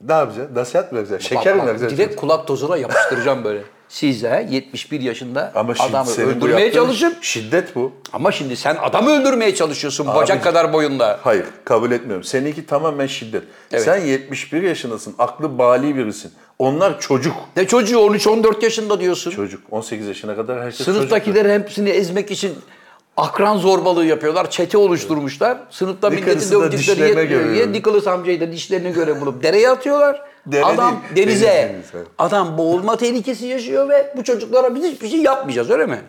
B: Ne yapacaksın? Nasihat mi vereceksin? Şeker
A: Bak,
B: mi
A: bak,
B: vereceksin?
A: Direkt kulak tozuna yapıştıracağım böyle. Size 71 yaşında
B: Ama şi-
A: adamı
B: senin bu
A: öldürmeye
B: yaptığın
A: çalışıp
B: Şiddet bu.
A: ama şimdi sen adamı öldürmeye çalışıyorsun bacak kadar boyunda.
B: Hayır kabul etmiyorum. Seninki tamamen şiddet.
A: Evet.
B: Sen 71 yaşındasın. Aklı bali birisin. Onlar çocuk.
A: Ne çocuğu 13-14 yaşında diyorsun.
B: Çocuk. 18 yaşına kadar herkes çocuk.
A: Sınıftakiler hepsini ezmek için akran zorbalığı yapıyorlar. Çete oluşturmuşlar. Sınıfta milletin
B: Nicholas'ı da
A: dövdükleri
B: dişlerine
A: yetmiyor. diye
B: görüyorum.
A: Nicholas amcayı da dişlerine göre bulup dereye atıyorlar.
B: Dere
A: adam
B: değil,
A: denize,
B: deniz, deniz, evet.
A: adam boğulma tehlikesi yaşıyor ve bu çocuklara biz hiçbir şey yapmayacağız öyle mi?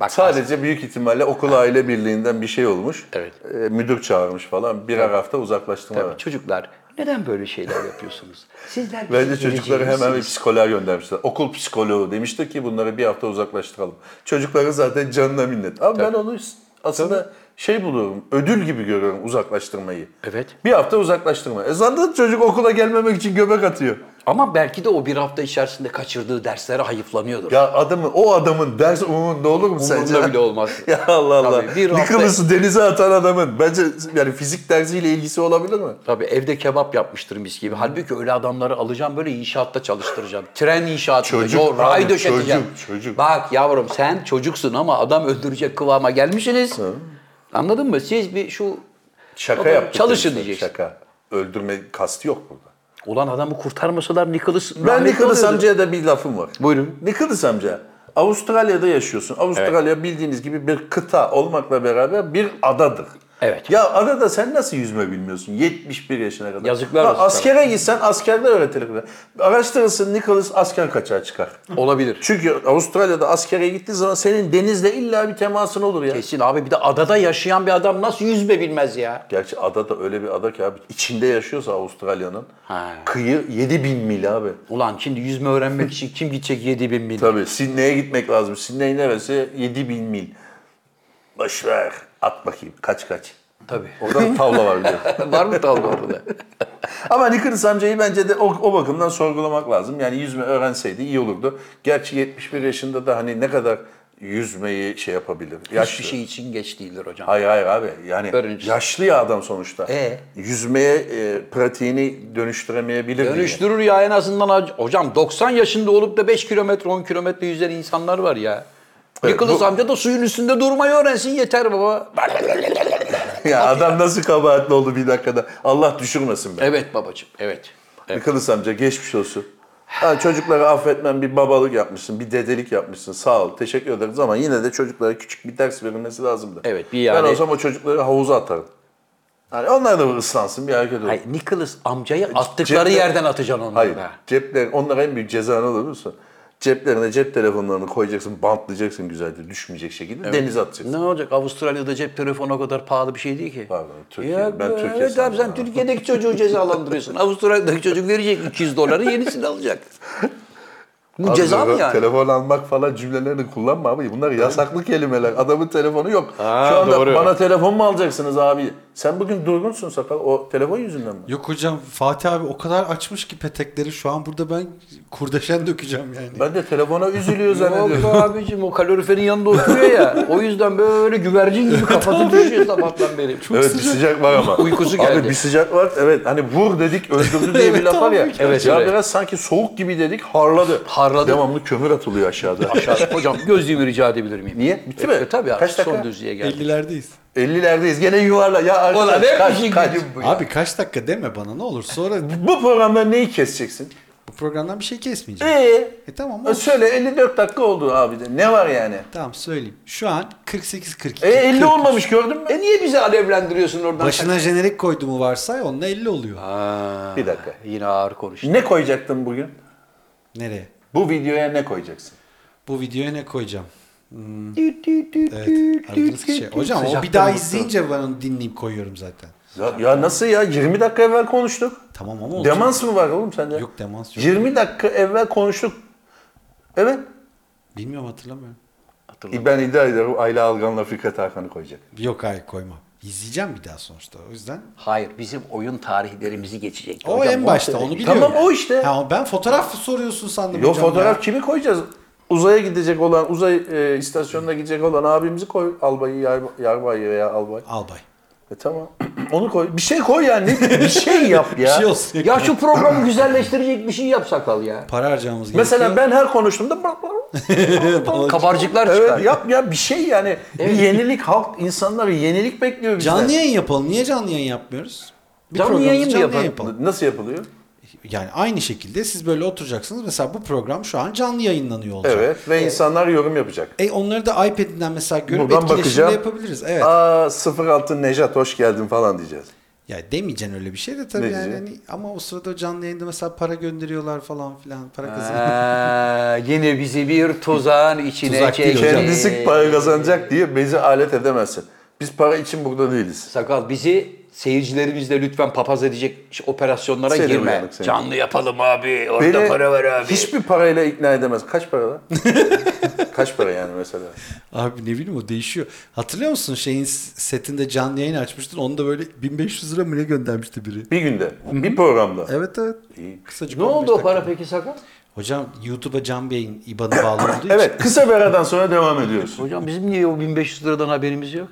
A: Bak
B: Sadece büyük ihtimalle okul aile birliğinden bir şey olmuş.
A: Evet.
B: Ee, müdür çağırmış falan. Birer hafta uzaklaştırma.
A: Tabii
B: var.
A: çocuklar neden böyle şeyler yapıyorsunuz? Sizler bizim
B: Bence çocukları hemen bir
A: geleceğimizsiniz.
B: psikoloğa göndermişler. Okul psikoloğu demişti ki bunları bir hafta uzaklaştıralım. Çocukları zaten canına minnet. Ama ben onu aslında şey buluyorum, ödül gibi görüyorum uzaklaştırmayı.
A: Evet.
B: Bir hafta uzaklaştırma. E zaten çocuk okula gelmemek için göbek atıyor.
A: Ama belki de o bir hafta içerisinde kaçırdığı derslere hayıflanıyordur.
B: Ya adamı, o adamın ders umurunda olur mu sence?
A: Umurunda bile olmaz.
B: ya Allah Allah.
A: Tabii, bir hafta-
B: Nicholas'ı denize atan adamın bence yani fizik dersiyle ilgisi olabilir mi?
A: Tabii evde kebap yapmıştır mis gibi. Halbuki öyle adamları alacağım böyle inşaatta çalıştıracağım. Tren inşaatında
B: Çocuk
A: yo, ray
B: abi,
A: döşeteceğim.
B: çocuk, çocuk.
A: Bak yavrum sen çocuksun ama adam öldürecek kıvama gelmişsiniz. Anladın mı? Siz bir şu
B: Şaka
A: Adam
B: yaptık.
A: çalışın
B: demişler,
A: diyeceksin.
B: Şaka. Öldürme kastı yok burada.
A: olan adamı kurtarmasalar Nicholas
B: Ben
A: rahmetli
B: Nicholas
A: oluyordu.
B: amcaya da bir lafım var.
A: Buyurun.
B: Nicholas amca, Avustralya'da yaşıyorsun. Avustralya bildiğiniz gibi bir kıta olmakla beraber bir adadır.
A: Evet.
B: Ya adada sen nasıl yüzme bilmiyorsun 71 yaşına kadar?
A: Yazıklar
B: Ha,
A: olsun
B: Askere gitsen askerde öğretilir. Araştırırsın Nicholas asker kaçağı çıkar.
A: Olabilir.
B: Çünkü Avustralya'da askere gittiği zaman senin denizle illa bir temasın olur ya.
A: Kesin abi bir de adada yaşayan bir adam nasıl yüzme bilmez ya.
B: Gerçi ada da öyle bir ada ki abi içinde yaşıyorsa Avustralya'nın
A: Ha.
B: kıyı 7000 mil abi.
A: Ulan şimdi yüzme öğrenmek için kim gidecek 7000 mil?
B: Tabii Sydney'e gitmek lazım. Sydney neresi? 7000 mil. Boş ver. At bakayım. Kaç kaç.
A: Tabii.
B: Orada tavla var biliyorum.
A: Var mı tavla orada?
B: Ama Nicholas amcayı bence de o, o bakımdan sorgulamak lazım. Yani yüzme öğrenseydi iyi olurdu. Gerçi 71 yaşında da hani ne kadar yüzmeyi şey yapabilir.
A: Hiçbir
B: Yaşlı.
A: şey için geç değildir hocam.
B: Hayır hayır abi. Yani
A: Öğrenci.
B: yaşlı ya adam sonuçta.
A: Ee?
B: Yüzmeye e, pratiğini dönüştüremeyebilir. diye.
A: Dönüştürür ya en azından ac- hocam 90 yaşında olup da 5 kilometre 10 kilometre yüzen insanlar var ya.
B: Evet,
A: Nicholas
B: bu-
A: amca da suyun üstünde durmayı öğrensin yeter baba.
B: Ya adam nasıl kabahatli oldu bir dakikada. Allah düşürmesin be.
A: Evet babacığım evet.
B: Evet. Kılıç amca geçmiş olsun. Ha, çocukları affetmem bir babalık yapmışsın, bir dedelik yapmışsın. Sağ ol, teşekkür ederiz ama yine de çocuklara küçük bir ders verilmesi lazımdı.
A: Evet, bir yani-
B: Ben o zaman o çocukları havuza atarım. Yani onlar da bir ıslansın, bir hareket olur.
A: Hayır, Nicholas amcayı attıkları
B: cepte-
A: yerden atacaksın onları.
B: Hayır,
A: be.
B: cepler, onlara en büyük cezanı olur musun? Ceplerine cep telefonlarını koyacaksın, bantlayacaksın güzelce, düşmeyecek şekilde denize atacaksın.
A: Ne olacak Avustralya'da cep telefonu o kadar pahalı bir şey değil ki.
B: Pardon, Türkiye. Ben
A: be,
B: Türkiye
A: evet abi
B: sandım
A: sen
B: ha.
A: Türkiye'deki çocuğu cezalandırıyorsun. Avustralya'daki çocuk verecek 200 doları yenisini alacak. Bu
B: Abi
A: ceza mı
B: telefon-
A: yani?
B: Telefon almak falan cümlelerini kullanma abi. Bunlar yasaklı kelimeler. Adamın telefonu yok.
D: Ha,
B: Şu anda
D: doğru.
B: bana telefon mu alacaksınız abi? Sen bugün durgunsun sakal. O telefon yüzünden mi?
C: Yok hocam Fatih abi o kadar açmış ki petekleri şu an burada ben kurdeşen dökeceğim yani.
B: Ben de telefona üzülüyor
A: Yok
B: zannediyorum.
A: be abicim o kaloriferin yanında oturuyor ya. O yüzden böyle güvercin gibi kafası düşüyor sabahtan beri.
B: evet bir sıcak var ama.
A: Uykusu
B: Abi
A: geldi.
B: bir sıcak var. Evet hani vur dedik öldürdü diye bir laf var ya.
A: Evet,
B: ya
A: evet.
B: biraz sanki soğuk gibi dedik harladı.
A: Harladı.
B: Devamlı kömür atılıyor aşağıda.
A: Hocam gözlüğümü rica edebilir miyim?
B: Niye? Bitti mi?
A: E, tabii abi.
B: Kaç dakika?
A: Son düzlüğe geldi.
C: 50'lerdeyiz.
B: 50'lerdeyiz gene yuvarla. Ya arkadaş
A: Ulan hep şey
B: kaç
A: işin
B: kaç.
A: gücün bu
C: Abi kaç dakika deme bana ne olur sonra
B: Bu programda neyi keseceksin?
C: bu programdan bir şey kesmeyeceğim.
B: Ee,
C: E tamam
B: e
C: olsun.
B: söyle 54 dakika oldu abi de. Ne var yani?
C: Tamam söyleyeyim. Şu an 48 42.
B: E 50 olmamış gördün mü?
A: E niye bizi alevlendiriyorsun oradan?
C: Başına jenerik koyduğumu varsay onunla 50 oluyor.
A: Ha,
B: Bir dakika.
A: Yine ağır konuştun.
B: Ne koyacaktın bugün?
C: Nereye?
B: E, Bu videoya ne koyacaksın?
C: Bu videoya ne koyacağım? Hmm.
A: Evet.
C: Evet. Aradığınız kişi. Hocam o bir
A: Sıcaktan
C: daha
A: mutlu.
C: izleyince ben dinleyip koyuyorum zaten.
B: Ya, ya nasıl ya? 20 dakika evvel konuştuk.
C: Tamam ama olacak.
B: Demans mı var oğlum sende?
C: Yok, demans yok.
B: 20 dakika evvel konuştuk. Evet.
C: Bilmiyorum hatırlamıyorum.
A: Hatırladım.
B: E, Ben iddia ediyorum Ayla Algan'la Fikret Hakan'ı koyacak.
C: Yok hayır koymam. İzleyeceğim bir daha sonuçta. O yüzden
A: Hayır bizim oyun tarihlerimizi geçecek.
C: o
A: Hocam,
C: en başta
A: söyleyeyim.
C: onu biliyorum.
B: Tamam, o işte.
C: Ha, ben fotoğraf soruyorsun sandım.
B: Yok
C: hocam
B: fotoğraf
C: ya.
B: kimi koyacağız? Uzaya gidecek olan, uzay e, istasyonuna gidecek olan abimizi koy. Albayı, yar- yarbayı veya albay.
C: Albay.
B: E tamam. Onu koy. Bir şey koy yani. Ne- Bir şey yap ya.
C: Bir şey olsun.
A: Ya şu programı güzelleştirecek bir şey yapsak al ya.
C: Para harcamamız
B: Mesela
C: gerekiyor.
B: ben her konuştuğumda bak-
C: Vallahi-
A: Kabarcıklar çıkar.
B: evet, yap ya bir şey yani. Bir yenilik halk insanlar yenilik bekliyor bizden.
C: Canlı yayın yapalım. Niye canlı yayın yapmıyoruz? Bir
A: Canlı
C: programımızı
A: yayın mı yapalım?
B: Nasıl yapılıyor?
C: Yani aynı şekilde siz böyle oturacaksınız. Mesela bu program şu an canlı yayınlanıyor olacak.
B: Evet ve insanlar yorum yapacak.
C: E onları da iPad'inden mesela görüp
B: Buradan
C: etkileşimle
B: bakacağım.
C: yapabiliriz. Evet.
B: Aa 06 Nejat hoş geldin falan diyeceğiz.
C: Ya demeyeceksin öyle bir şey de tabii
B: Ne
C: yani.
B: diyeceksin?
C: hani ama o sırada canlı yayında mesela para gönderiyorlar falan filan. Para kazanıyor.
A: Ee, yine bizi bir tuzağın içine
C: Tuzak değil
A: çekti.
C: hocam.
A: Ee,
B: Kendisi para kazanacak diye bizi alet edemezsin. Biz para için burada değiliz.
A: Sakal bizi seyircilerimizle lütfen papaz edecek operasyonlara
B: Seni
A: girme.
B: uyanık seni.
A: Canlı yapalım abi. Orada
B: Beni
A: para var abi.
B: Hiçbir parayla ikna edemez. Kaç para lan? Kaç para yani mesela?
C: Abi ne bileyim o değişiyor. Hatırlıyor musun şeyin setinde canlı yayın açmıştın. Onu da böyle 1500 lira mı ne göndermişti biri?
B: Bir günde, bir programda.
C: Evet evet.
B: İyi.
C: Kısacık
A: ne
C: 15
A: oldu o
C: dakika.
A: para peki Sakal?
C: Hocam YouTube'a canlı yayın IBAN'ı bağlı olduğu için.
B: Evet, kısa bir aradan sonra devam ediyoruz.
A: Hocam bizim niye o 1500 liradan haberimiz yok?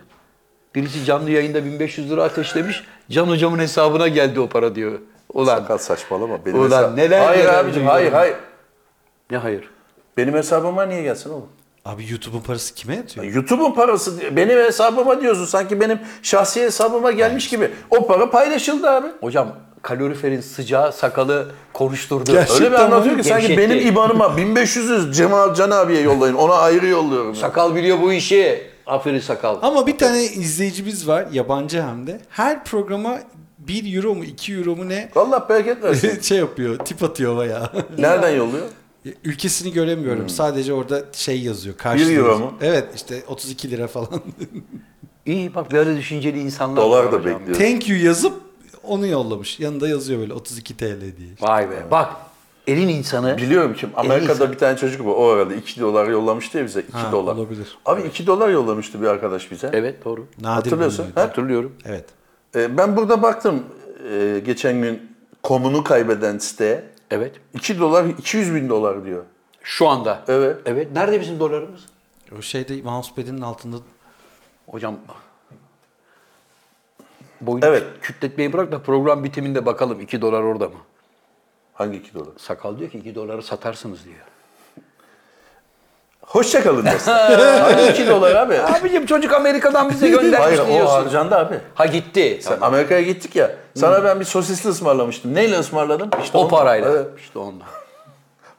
A: Birisi canlı yayında 1500 lira ateşlemiş. Can hocamın hesabına geldi o para diyor. Ulan
B: Sakal saçmalama. Benim
A: Ulan
B: hesa-
A: neler
B: Hayır
A: neler
B: abicim,
A: duyuyorum.
B: hayır hayır.
A: ne hayır.
B: Benim hesabıma niye gelsin oğlum? E,
C: Abi YouTube'un parası kime yatıyor?
B: YouTube'un parası diye- benim hesabıma diyorsun sanki benim şahsi hesabıma gelmiş gibi. O para paylaşıldı abi.
A: Hocam kaloriferin sıcağı sakalı konuşturdu.
B: Öyle bir anlatıyor ki sanki
A: Gevşetti.
B: benim IBAN'ıma 1500'ü Cemal Can abiye yollayın. Ona ayrı yolluyorum. ya.
A: Sakal biliyor bu işi. Aferin sakal.
C: Ama bir tane izleyicimiz var yabancı hem de. Her programa 1 euro mu 2 euro mu ne
B: Vallahi bereket versin.
C: şey yapıyor tip atıyor bayağı.
B: Nereden yolluyor?
C: Ülkesini göremiyorum. Sadamente orada şey yazıyor. karşılığı
B: Hmm. Bir euro
C: yazıyor.
B: mu?
C: Evet işte 32 lira falan.
A: İyi bak böyle düşünceli insanlar
B: Dolar
A: var
B: da
A: hocam.
B: bekliyor.
C: Thank you yazıp onu yollamış. Yanında yazıyor böyle 32 TL diye.
A: Vay be. Bak elin insanı.
B: Biliyorum kim? Amerika'da bir tane çocuk var. O arada 2 dolar yollamıştı ya bize. 2
C: Ha,
B: dolar.
C: olabilir.
B: Abi 2 dolar yollamıştı bir arkadaş bize.
A: Evet doğru.
C: Nadir
B: Hatırlıyorsun.
C: bulunuyor.
B: ha?
A: Hatırlıyorum.
C: Evet.
B: Ee, ben burada baktım ee, geçen gün komunu kaybeden siteye.
A: Evet.
B: 2 dolar 200 bin dolar diyor.
A: Şu anda.
B: Evet.
A: Evet. Nerede bizim dolarımız?
C: O şeyde mousepad'in altında
A: Hocam boyunu
B: Evet.
A: kütletmeyi bırak da program bitiminde bakalım 2 dolar orada mı?
B: Hangi 2 dolar?
A: Sakal diyor ki 2 doları satarsınız diyor.
B: Hoşçakalın desin. Hangi 2 dolar abi?
A: Abicim çocuk Amerika'dan bize göndermiş
B: Hayır o
A: diyorsun.
B: harcandı abi.
A: ha gitti.
B: Sen Amerika'ya gittik ya. Sana ben bir sosisli ısmarlamıştım. Neyle ısmarladım? İşte
A: Hmm. O
B: onunla.
A: parayla.
B: Evet.
A: İşte onunla.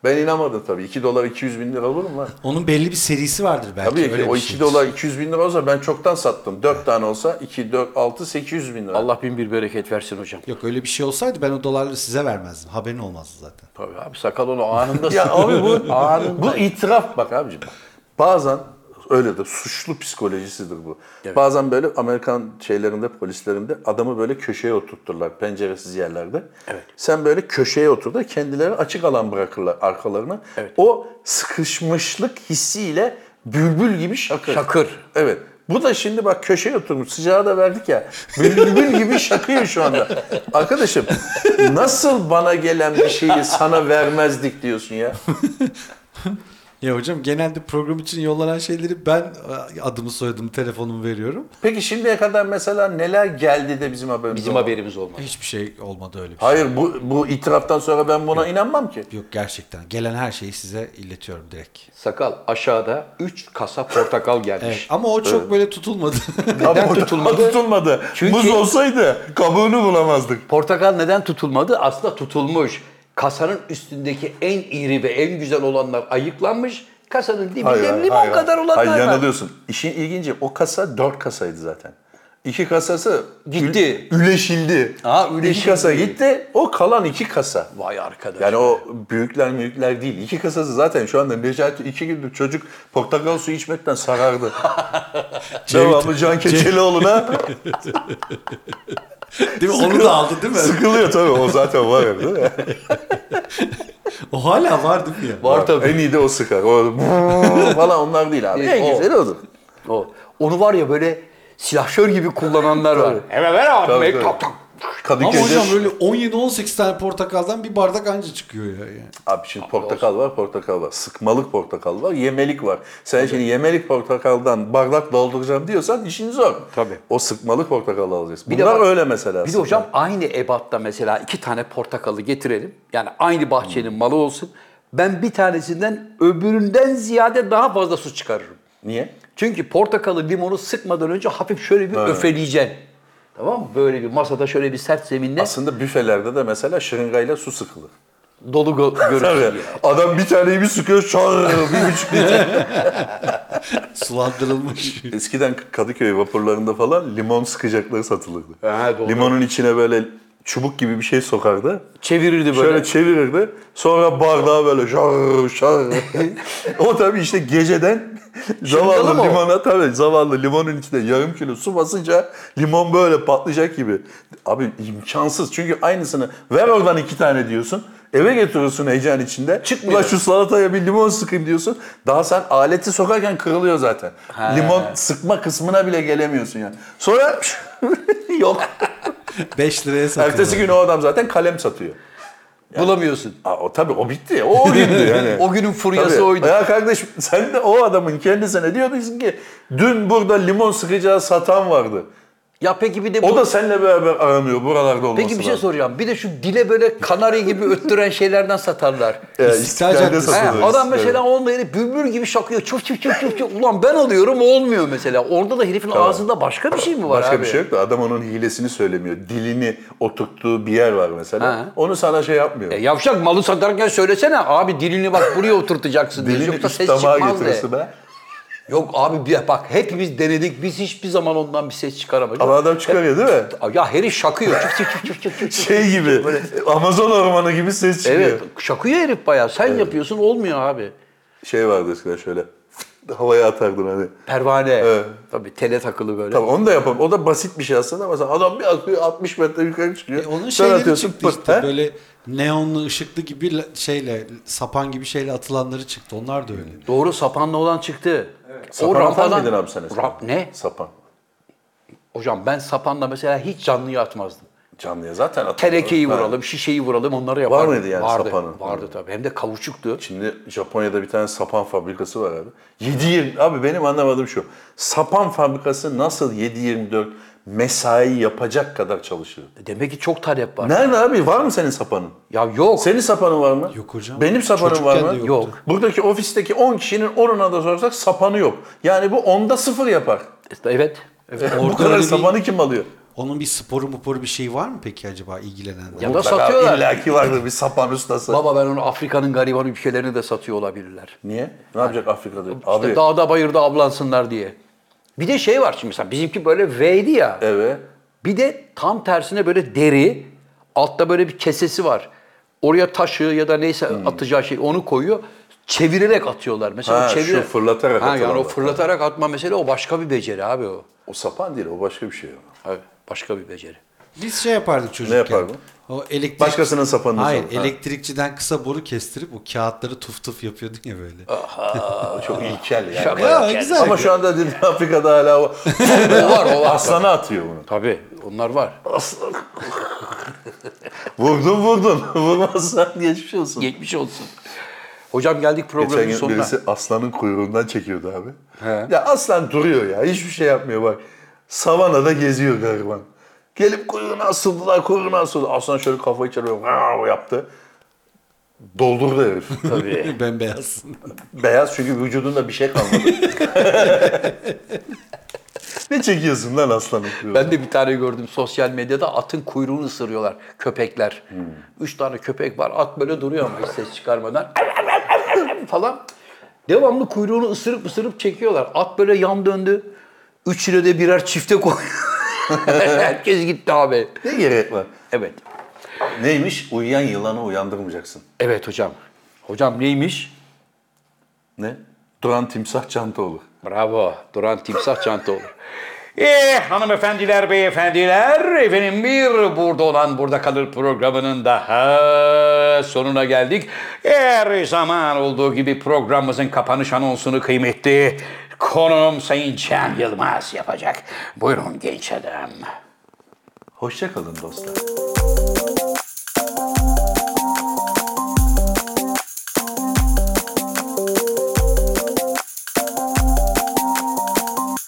B: Ben inanmadım tabii. 2 dolar 200 bin lira olur mu lan?
C: onun belli bir serisi vardır belki.
B: Tabii
C: öyle
B: ki o
C: bir
B: 2
C: şey.
B: dolar 200 bin lira olsa ben çoktan sattım. 4 tane olsa 2, 4, 6, 800 bin lira.
A: Allah bin bir bereket versin hocam.
C: Yok öyle bir şey olsaydı ben o dolarları size vermezdim. Haberin olmazdı zaten.
A: Tabii abi sakal onu anında
B: Ya abi bu, bu itiraf bak abicim. Bazen öyledir. Suçlu psikolojisidir bu. Bazen böyle Amerikan şeylerinde, polislerinde adamı böyle köşeye oturturlar. Penceresiz yerlerde. Sen böyle köşeye otur da kendileri açık alan bırakırlar arkalarına. O sıkışmışlık hissiyle bülbül gibi şakır.
A: Şakır.
B: Evet. Bu da şimdi bak köşeye oturmuş. Sıcağı da verdik ya. Bülbül gibi şakıyor şu anda. Arkadaşım nasıl bana gelen bir şeyi sana vermezdik diyorsun ya.
C: Ya hocam genelde program için yollanan şeyleri ben e, adımı soyadımı telefonumu veriyorum.
B: Peki şimdiye kadar mesela neler geldi de bizim haberimiz
A: bizim
B: olmadı?
A: haberimiz olmaz.
C: Hiçbir şey olmadı öyle bir
B: Hayır bu, bu itiraftan sonra ben buna inanmam ki.
C: şey. Yok gerçekten. Gelen her şeyi size iletiyorum direkt.
A: Sakal aşağıda 3 kasa portakal gelmiş.
C: Evet, ama o çok böyle tutulmadı.
A: Neden
B: Ama
A: tutulmadı?
B: tutulmadı.
A: Çünkü-
B: Buz olsaydı kabuğunu bulamazdık.
A: Portakal neden tutulmadı? Aslında tutulmuş. Kasanın üstündeki en iri ve en güzel olanlar ayıklanmış. Kasanın dibinde limon
B: hayır,
A: kadar
B: hayır.
A: olanlar
B: Hayır
A: var.
B: yanılıyorsun. İşin ilginci o kasa dört kasaydı zaten. İki kasası
A: Gitti.
B: ül- üleşildi.
A: Aa,
B: İki
A: üleşildi.
B: kasa gitti. O kalan iki kasa.
A: Vay arkadaş.
B: Yani o büyükler büyükler değil. İki kasası zaten şu anda Necati iki gündür çocuk portakal suyu içmekten sarardı. Devamlı Can Keçelioğlu'na
C: değil mi? Onu da aldı değil mi?
B: sıkılıyor tabii. O zaten var ya değil mi?
C: O hala var değil mi ya?
A: var tabii.
B: En iyi de o sıkar. O falan onlar değil abi.
A: Ee,
B: en
A: o.
B: güzeli odur.
A: O. Onu var ya böyle silahşör gibi kullananlar var.
D: Evet evet abi.
B: Tabii,
D: Mek-
B: tabii.
D: tak, tak.
C: Ama
B: Kadıköy'de...
C: hocam böyle 17-18 tane portakaldan bir bardak anca çıkıyor ya. Yani.
B: Abi şimdi portakal var, portakal var. Sıkmalık portakal var, yemelik var. Sen şimdi yemelik portakaldan bardak dolduracağım diyorsan işin zor.
A: Tabii.
B: O sıkmalık portakal alacağız.
A: Bir de
B: Bunlar
A: bak-
B: öyle mesela.
A: Bir de
B: aslında.
A: hocam aynı ebatta mesela iki tane portakalı getirelim. Yani aynı bahçenin malı olsun. Ben bir tanesinden öbüründen ziyade daha fazla su çıkarırım.
B: Niye?
A: Çünkü portakalı limonu sıkmadan önce hafif şöyle bir öfeleyeceksin. Tamam mı? Böyle bir masada şöyle bir sert zeminle
B: Aslında büfelerde de mesela şırıngayla su sıkılır.
A: dolu gö- görürsün.
B: Tabii.
A: yani.
B: Adam bir taneyi bir sıkıyor, şar, bir buçuk litre.
C: Sulandırılmış.
B: Eskiden Kadıköy vapurlarında falan limon sıkacakları satılırdı.
A: Ha, doğru.
B: Limonun içine böyle çubuk gibi bir şey sokardı.
A: Çevirirdi böyle.
B: Şöyle çevirirdi. Sonra bardağı böyle şar şar. o tabii işte geceden
A: Şırıngalı mı
B: zavallı
A: o?
B: limona tabii zavallı limonun içine yarım kilo su basınca limon böyle patlayacak gibi. Abi imkansız çünkü aynısını ver oradan iki tane diyorsun. Eve getiriyorsun heyecan içinde.
A: Çıkmıyor.
B: Ulan şu salataya bir limon sıkayım diyorsun. Daha sen aleti sokarken kırılıyor zaten. Limon sıkma kısmına bile gelemiyorsun yani. Sonra yok.
C: 5 liraya satıyor.
B: Ertesi gün o adam zaten kalem satıyor.
A: Bulamıyorsun.
B: Aa, o tabii o bitti. O, o gündü yani.
A: O günün furyası
B: Tabii.
A: oydu.
B: Ya kardeşim sen de o adamın kendisine diyordun ki dün burada limon sıkacağı satan vardı.
A: Ya peki bir de bu-
B: O da seninle beraber aramıyor buralarda olması
A: Peki bir şey
B: lazım.
A: soracağım. Bir de şu dile böyle kanarya gibi öttüren şeylerden satarlar.
B: Ya,
C: İstiklal
B: İstiklal'de
C: Caddesi.
A: He,
B: satılıyor.
A: adam mesela onunla herif bülbül gibi şakıyor. Çuf çuf çuf çuf çuf. Ulan ben alıyorum o olmuyor mesela. Orada da herifin ağzında başka bir şey mi var
B: Başka
A: abi?
B: bir şey yok da adam onun hilesini söylemiyor. Dilini oturttuğu bir yer var mesela.
A: Ha.
B: Onu sana şey yapmıyor.
A: E, yavşak malı satarken söylesene. Abi dilini bak buraya oturtacaksın. diye.
B: dilini
A: Yoksa
B: üst
A: ses
B: damağa
A: çıkmaz de.
B: getirirsin ha.
A: Yok abi bir bak hepimiz denedik. Biz hiçbir zaman ondan bir ses çıkaramadık.
B: Ama adam çıkarıyor değil mi?
A: Ya herif şakıyor. Çuf çuf çuf çuf çuf çuf.
B: Şey gibi, Amazon ormanı gibi ses çıkıyor.
A: Evet şakıyor herif bayağı. Sen yapıyorsun olmuyor abi.
B: Şey vardı eskiden şöyle havaya atardın hani.
A: Pervane.
B: Evet.
A: Tabii tele takılı böyle.
B: Tamam onu da yapalım. O da basit bir şey aslında ama sen adam bir atıyor 60 metre yukarı çıkıyor.
C: E onun
B: Sen
C: şeyleri
B: atıyorsun,
C: çıktı
B: pıt,
C: işte
B: he?
C: böyle neonlu ışıklı gibi la- şeyle sapan gibi şeyle atılanları çıktı. Onlar da öyle.
A: Doğru sapanla olan çıktı.
B: Sapan atar mıydın abi sen eskiden?
A: Rap ne?
B: Sapan.
A: Hocam ben sapanla mesela hiç canlıya atmazdım.
B: Canlıya zaten atıyor.
A: Tenekeyi
B: Ha.
A: vuralım, şişeyi vuralım onları yapardım.
B: mıydı yani
A: vardı,
B: sapanın?
A: Vardı tabii. Hem de kavuçuktu.
B: Şimdi Japonya'da bir tane sapan fabrikası var abi. 7-20 abi benim anlamadığım şu. Sapan fabrikası nasıl 7-24 mesai yapacak kadar çalışıyor?
A: Demek ki çok talep var.
B: Nerede abi? Var mı senin sapanın?
A: Ya yok.
B: Senin sapanın var mı?
C: Yok hocam.
B: Benim sapanım var
C: Çocukken
B: mı?
C: de
A: yoktu. Yok.
B: Buradaki ofisteki 10 kişinin 10'una da sorsak sapanı yok. Yani bu 10'da 0 yapar.
A: Evet.
C: Evet,
B: Bu
C: E, orada
B: kadar
C: öyle bir-
B: sapanı kim alıyor?
C: onun bir sporu muporu bir şey var mı peki acaba ilgilenenler?
A: Ya da
B: Bak abi,
A: satıyorlar.
B: İlla ki vardır bir sapan ustası.
A: Baba ben onu Afrika'nın gariban ülkelerine de satıyor olabilirler.
B: Niye? Ne yapacak Afrika'da?
A: İşte
B: Abi
A: dağda bayırda avlansınlar diye. Bir de şey var şimdi mesela bizimki böyle V'ydi ya.
B: evet.
A: Bir de tam tersine böyle deri, altta böyle bir kesesi var. Oraya taşı ya da neyse
B: Hmm.
A: atacağı şey onu koyuyor. Çevirerek atıyorlar. Mesela
B: Ha,
A: o çevire-
B: şu fırlatarak
A: ha, yani o
B: atılanlar.
A: fırlatarak atma mesele o başka bir beceri abi o.
B: O sapan değil o başka bir şey. o.
A: Abi, başka bir beceri.
C: Biz şey yapardık çocukken.
B: yapardın?
C: O elektrik...
B: Başkasının sapanını
C: Hayır,
B: çalın, ha.
C: elektrikçiden kısa boru kestirip o kağıtları tuf tuf yapıyordun ya böyle.
B: O çok ilkel yani.
A: Şaka.
C: ya, güzel.
B: Ama şu anda dedi, Afrika'da hala o.
A: o var o var.
B: Aslanı atıyor bunu.
A: Tabii onlar var.
B: Vurdun vurdun. Vurmazsan geçmiş olsun.
A: Geçmiş olsun. Hocam geldik
B: Geçen
A: programın
B: gün
A: sonuna.
B: birisi aslanın kuyruğundan çekiyordu abi. Ya aslan duruyor ya. Hiçbir şey yapmıyor bak. Savanada geziyor gariban. Gelip kuyruğuna asıldılar, kuyruğuna asıldı. Aslan şöyle kafayı çarpıyor. "Vav" yaptı. Doldurdu herif.
A: Tabii.
C: Bembeyaz.
B: Beyaz çünkü vücudunda bir şey kalmadı. ne çekiyorsun lan aslanın kuyruğuna?
A: Ben de bir tane gördüm sosyal medyada atın kuyruğunu ısırıyorlar köpekler. Üç tane köpek var at böyle duruyor ama hiç ses çıkarmadan falan. Devamlı kuyruğunu ısırıp ısırıp çekiyorlar. At böyle yan döndü. Üçüne de birer çifte koyuyor. Herkes gitti abi.
B: Ne gerek var?
A: Evet.
B: Neymiş? Uyuyan yılanı uyandırmayacaksın.
A: Evet hocam. Hocam neymiş?
B: Ne? Duran timsah çanta olur.
A: Bravo. Duran timsah çanta olur.
D: Eh hanımefendiler, beyefendiler, efendim bir burada olan burada kalır programının daha sonuna geldik. Her zaman olduğu gibi programımızın kapanış anonsunu kıymetli konuğum Sayın Can Yılmaz yapacak. Buyurun genç adam.
B: Hoşçakalın dostlar.